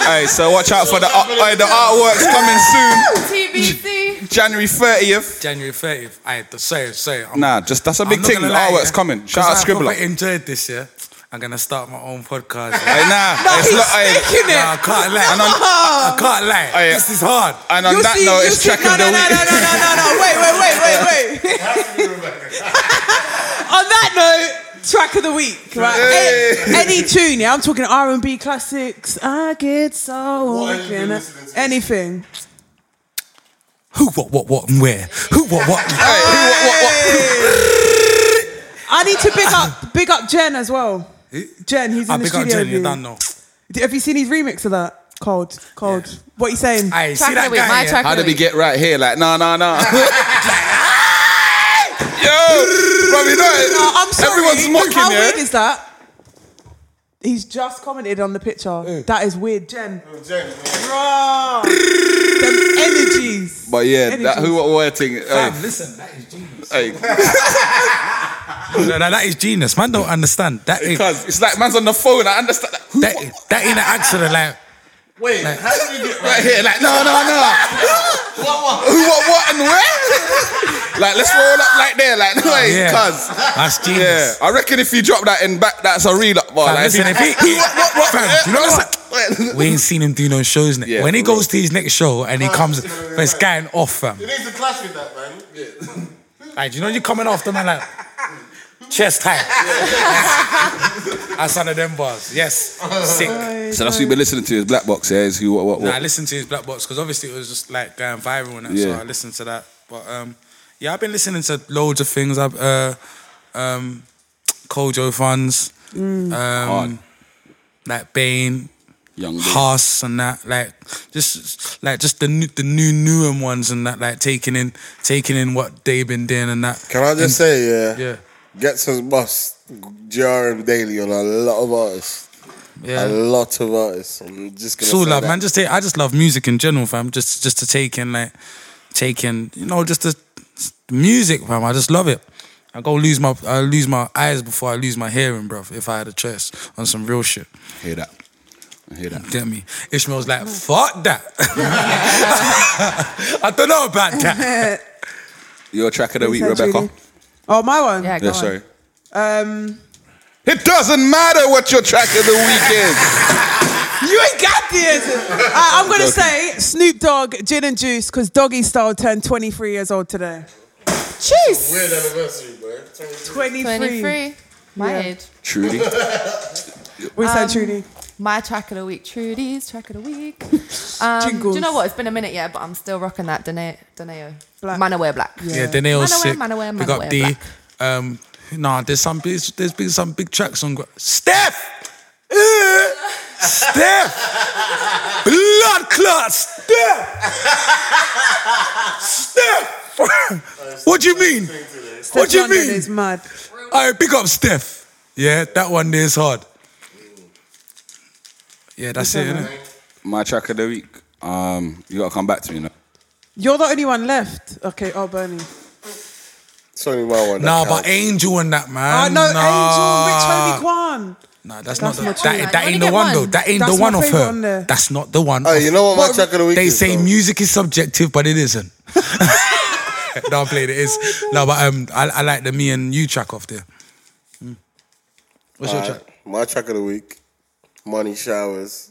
E: Hey, so watch out for the uh, uh, the artworks coming soon,
G: TBC.
E: January 30th.
D: January 30th. I had to say, say. I'm,
E: Nah, just that's a
D: I'm
E: big
D: not
E: thing. The
D: gonna lie,
E: artwork's
D: yeah.
E: coming.
D: 'Cause
E: Shout out
D: I
E: Scribbler.
D: proper enjoyed this, yeah. I'm gonna start my own podcast. yeah.
E: Hey, nah,
B: No,
E: it's
B: he's
E: not. Hey,
B: sticking
D: Nah, I
B: it.
D: can't lie.
E: And on-
D: I can't lie.
E: Aye.
D: This is hard.
E: and on
B: You
E: that
B: see-
E: note,
B: you
E: it's
B: see-
E: track
B: no,
E: of the
B: no,
E: week.
B: No, no, no, no, no, no. Wait, wait, wait, wait, wait. On that note, track of the week. Right.
E: Hey.
B: Any, any tune, yeah. I'm talking R and B classics. I get so
F: What have you been
B: wicked.
F: listening to?
B: Anything.
D: Who, what, what, what, and where? Who, what, what? and-
E: Hey, who- what- what- what-
B: I need to big up big up Jen as well. Jen, he's in
D: I
B: the
D: big
E: Ah,
D: up
B: studio.
D: Jen. You
B: with me.
D: done know.
B: Have you seen his remix of that? Cold, cold. What are you saying?
D: Aye,
E: see that guy, yeah? How did we get right here? Like, nah, nah, nah. Yo, bro, you know it.
B: No, I'm sorry.
E: Everyone's mocking,
B: How
E: yeah?
B: weird is that? He's just commented on the picture. That is weird, Jen. Jen, bro. Them energies.
E: But yeah,
B: Energy.
E: that, who what we're thing.
D: Fam,
E: hey.
D: listen,
E: that is genius.
D: No, no, that is genius. Man don't understand. That is,
E: Because it's like man's on the phone. I understand. That,
D: that, that ain't an accident. Like,
F: Wait, how did we get right
E: here? Like, no, no, no.
F: what, what?
E: Who, what, what, and where? like, let's roll up like there, like, no, way,
D: yeah.
E: cuz.
D: That's genius.
E: I reckon if you drop that in back, that's a real up, bar.
D: Fam,
E: Like,
D: listen, if he-
E: who, what, what, what?
D: Fam, you know what's- we ain't seen him do no shows. Next.
E: Yeah,
D: when he
E: for
D: goes to his next show and he
F: Nah,
D: comes,
F: you know,
D: but it's going off, fam.
F: It needs to clash with that, man. Yeah.
D: Like, you know, you're coming off the man like chest high. That's one of them bars. Yes, sick.
E: So that's what you've been listening to is Black Box, yeah? Is who, what, what,
D: Nah, I
E: what?
D: listened to his Black Box because obviously it was just like going viral and that, so
E: Yeah.
D: I listened to that. But um, yeah, I've been listening to loads of things. I've uh, um, Kojo Funds,
K: Mm. Hard.
D: um, like Bane,
E: Young
D: Haas and that, like just like just the new, the new newer ones and that, like taking in taking in what they've been doing and that.
F: Can I just
D: And-
F: say, yeah?
D: Yeah.
F: Gets us bust GRM daily on a lot of artists. A
D: Yeah.
F: lot of artists. I'm just gonna
D: It's all
F: say
D: love,
F: that.
D: man. Just take, I just love music in general, fam. Just just to take in like take in, you know, just the music, fam. I just love it. I go lose my I lose my eyes before I lose my hearing, bruv, if I had a choice on some real shit.
E: Hear that. I hear that.
D: Get me? Ishmael's like, fuck that. I don't know about that.
E: Your track of the week,
D: Listen,
E: Rebecca?
D: Judy.
B: Oh, my one.
E: Yeah, go on. sorry.
B: Um,
E: It doesn't matter what your track of the week is.
B: you ain't got the answer. I, I'm gonna
E: Joking.
B: say Snoop Dogg, Gin and Juice, because Doggy Style turned 23 years old today.
F: Jeez. Weird anniversary, bro.
B: 23.
G: 23. My
B: Yeah.
G: age.
E: Trudy.
B: We said
G: Um,
B: Trudy.
G: My track of the week, Trudy's track of the week. Um, do
B: Jingles.
G: you know what? It's been a minute yet, but I'm still rocking that Dene- Deneo.
B: Black.
G: Manaware Black.
D: Yeah, Daniel's
G: Manaware,
D: sick.
G: Manaware,
D: Big up
G: Manaware
D: D.
G: Black.
D: Um, nah, there's some big, there's been some big tracks on. Gra- Steph, Eh, Steph, blood clot, Steph, Steph. what do you mean? what do you
B: London
D: mean?
B: Is mad.
D: All right, big up Steph. Yeah, that one there is hard. Yeah, that's it. Innit?
E: My track of the week. Um, you gotta come back to me now.
B: You're the only one left. Okay. Oh, Bernie.
F: It's only my one. that
D: Nah, but
F: counts.
D: Angel and that
B: Oh
D: man.
B: no,
D: nah.
B: Angel, Rich Homie Kwan.
D: Nah, that's,
B: That's my
D: not the,
B: tune.
D: that, that
B: Only
D: ain't the
B: get
D: one,
B: one.
D: though. That ain't
B: That's
D: the
B: my
D: one of
B: favourite
D: her.
B: on there.
D: That's not the one.
F: Hey, you know what my track of the week
D: They
F: is,
D: say
F: though?
D: music is subjective, but it isn't. no, I'm playing it
F: Oh
D: is. no, but um, I, I like the me and you track off there. Mm. What's your
F: Alright,
D: track?
F: My track of the week, Money Showers.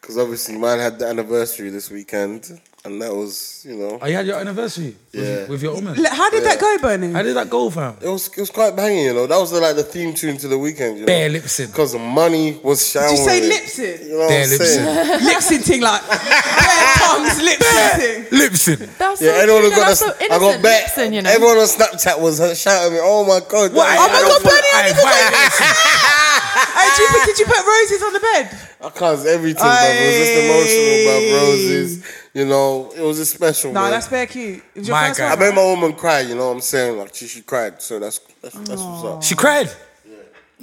F: Because obviously mine had the anniversary this weekend, and that was, you know.
D: Oh, you had your anniversary with,
F: Yeah.
D: with your woman.
B: L- How did that go, Bernie?
D: How did that go, fam?
F: It was, it was quite banging, you know. That was the, like the theme tune to the weekend, you know.
D: Bare lips in.
F: Because money was
B: Did
F: showering.
B: you say Lipson?
F: You know what
D: Bare
F: I'm
D: lips
F: saying?
D: in.
B: Lipson thing like bare tongues, Lipson thing.
D: Lips in.
G: That's
F: Yeah,
G: so
F: anyone who
G: cute,
F: got
G: that's
F: a,
G: so
F: I got
G: innocent,
F: bet.
G: Lipson, you know.
F: Everyone on Snapchat was shouting me, "Oh my god!"
D: Why?
F: that-
D: I don't
B: God,
D: want-
B: Bernie, I
D: Aye,
B: didn't
D: why-
B: Hey, did, you put, did you put roses on the bed?
F: I can't. Everything, bruv. It was just emotional, bruv. Roses. You know, it was a special.
B: Nah,
F: man.
B: that's bare cute. It was your
D: My
B: first
D: God.
F: I made
B: one.
F: my woman cry. You know what I'm saying? Like she, she cried. So that's that's, that's what's up.
D: She cried.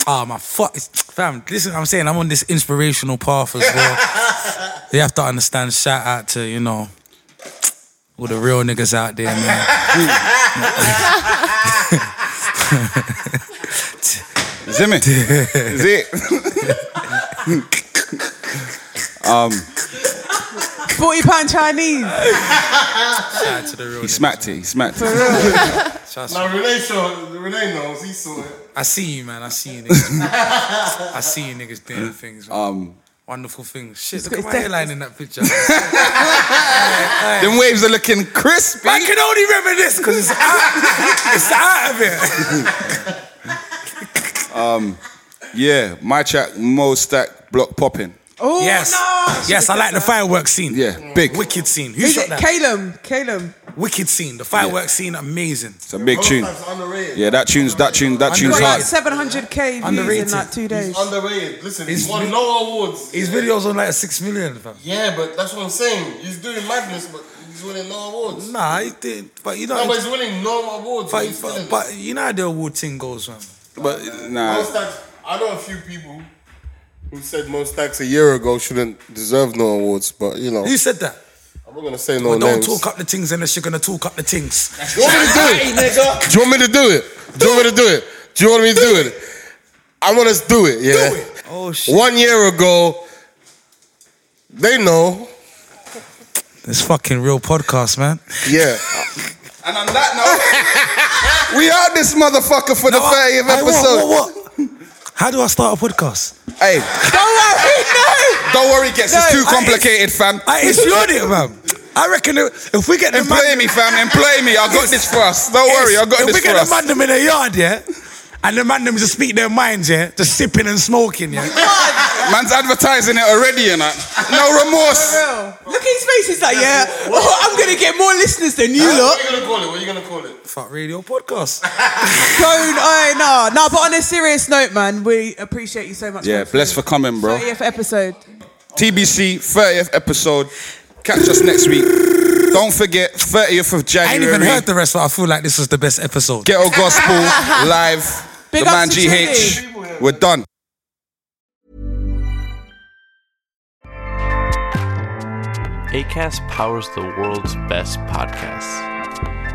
D: Ah, my fuck, fam. Listen, I'm saying I'm on this inspirational path as well. you have to understand. Shout out to you know all the real niggas out there, man.
E: Zim it. Is it? um,
B: Forty pound Chinese.
D: Shout out to the real.
E: he smacked it. He smacked
B: For
E: it.
B: real.
D: Shout out
F: Now Renee, saw, Renee knows. He saw it.
D: to- I see you, man. I see you, niggas. I see you, niggas doing things. Man.
E: Um,
D: Wonderful things. Shit, look
B: got-
D: at my
B: it's def-
D: hairline in that picture. Alright, alright.
E: them waves are looking crispy.
D: I can only reminisce because it's out. it's out of it.
E: Yeah, my track, Mo Stack, Block Popping.
B: Oh
D: Yes.
B: no.
D: Yes, I like the fireworks scene.
E: Yeah, big.
D: Wicked scene. Who
B: Is
D: shot
B: it
D: that?
B: Calum? Calum.
D: wicked scene. The fireworks scene, amazing.
E: It's a big tune. Yeah, that tune's that tune that
B: You
E: tune's
B: got like
E: hard.
B: 700k views in
D: Underrated.
B: like two days.
F: underrated. Listen,
D: He's
F: he's won
D: re-
F: no awards.
D: His videos on like six million. Fam.
F: Yeah, but that's what I'm saying. He's doing madness, but he's winning no awards.
D: Nah, he did, but you know.
F: no, but he's winning no awards.
D: but,
F: he's
D: but,
F: still-
D: but you know how the award thing goes, man.
E: But nah,
F: Most acts- I know a few people who said most acts a year ago shouldn't deserve no awards, but you know.
D: Who said that?
F: I'm not gonna say no
D: Well, don't
F: names.
D: talk up the things unless you're gonna talk up the things.
F: Do you want me to do it? Do you want me to do it? Do you want me to do it? Do you want me to do it? I want us to do it. Yeah.
D: Oh shit.
F: One year ago, they know.
D: This fucking real podcast, man.
F: Yeah.
E: And on that
F: note, we are this motherfucker for the 30th
D: Hey, what,
F: episode.
D: what, what? How do I start a podcast?
F: Hey,
D: don't worry, no.
E: Don't worry, gets it's too complicated, fam.
D: I explored it, man. I reckon if if we get the
E: Employ
D: man-
E: me, fam. Employ me. I got this for us. Don't
D: Yes,
E: worry, I got
D: if
E: this
D: we
E: for
D: get
E: us.
D: the man them in the yard, yeah, and the man them just speak their minds, yeah, just sipping and smoking, yeah.
E: Man's advertising it already, you know. No remorse.
B: Look at his face. He's like, yeah, oh, I'm gonna get more listeners than you lot.
F: What are you gonna call it? What are you gonna call it?
D: Fuck radio podcast.
B: Don't, I no, no. But on a serious note, man, we appreciate you so much.
E: Yeah, blessed for coming, bro.
B: 30th episode.
E: TBC 30th episode. Catch us next week. Don't forget 30th of
D: I ain't even
E: January.
D: heard the rest, but I feel like this was the best episode.
E: Ghetto Gospel live.
D: Big
E: the
D: ups
E: man
D: to
E: GH. We're done.
L: ACAST powers the world's best podcasts.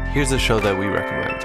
L: Here's a show that we recommend.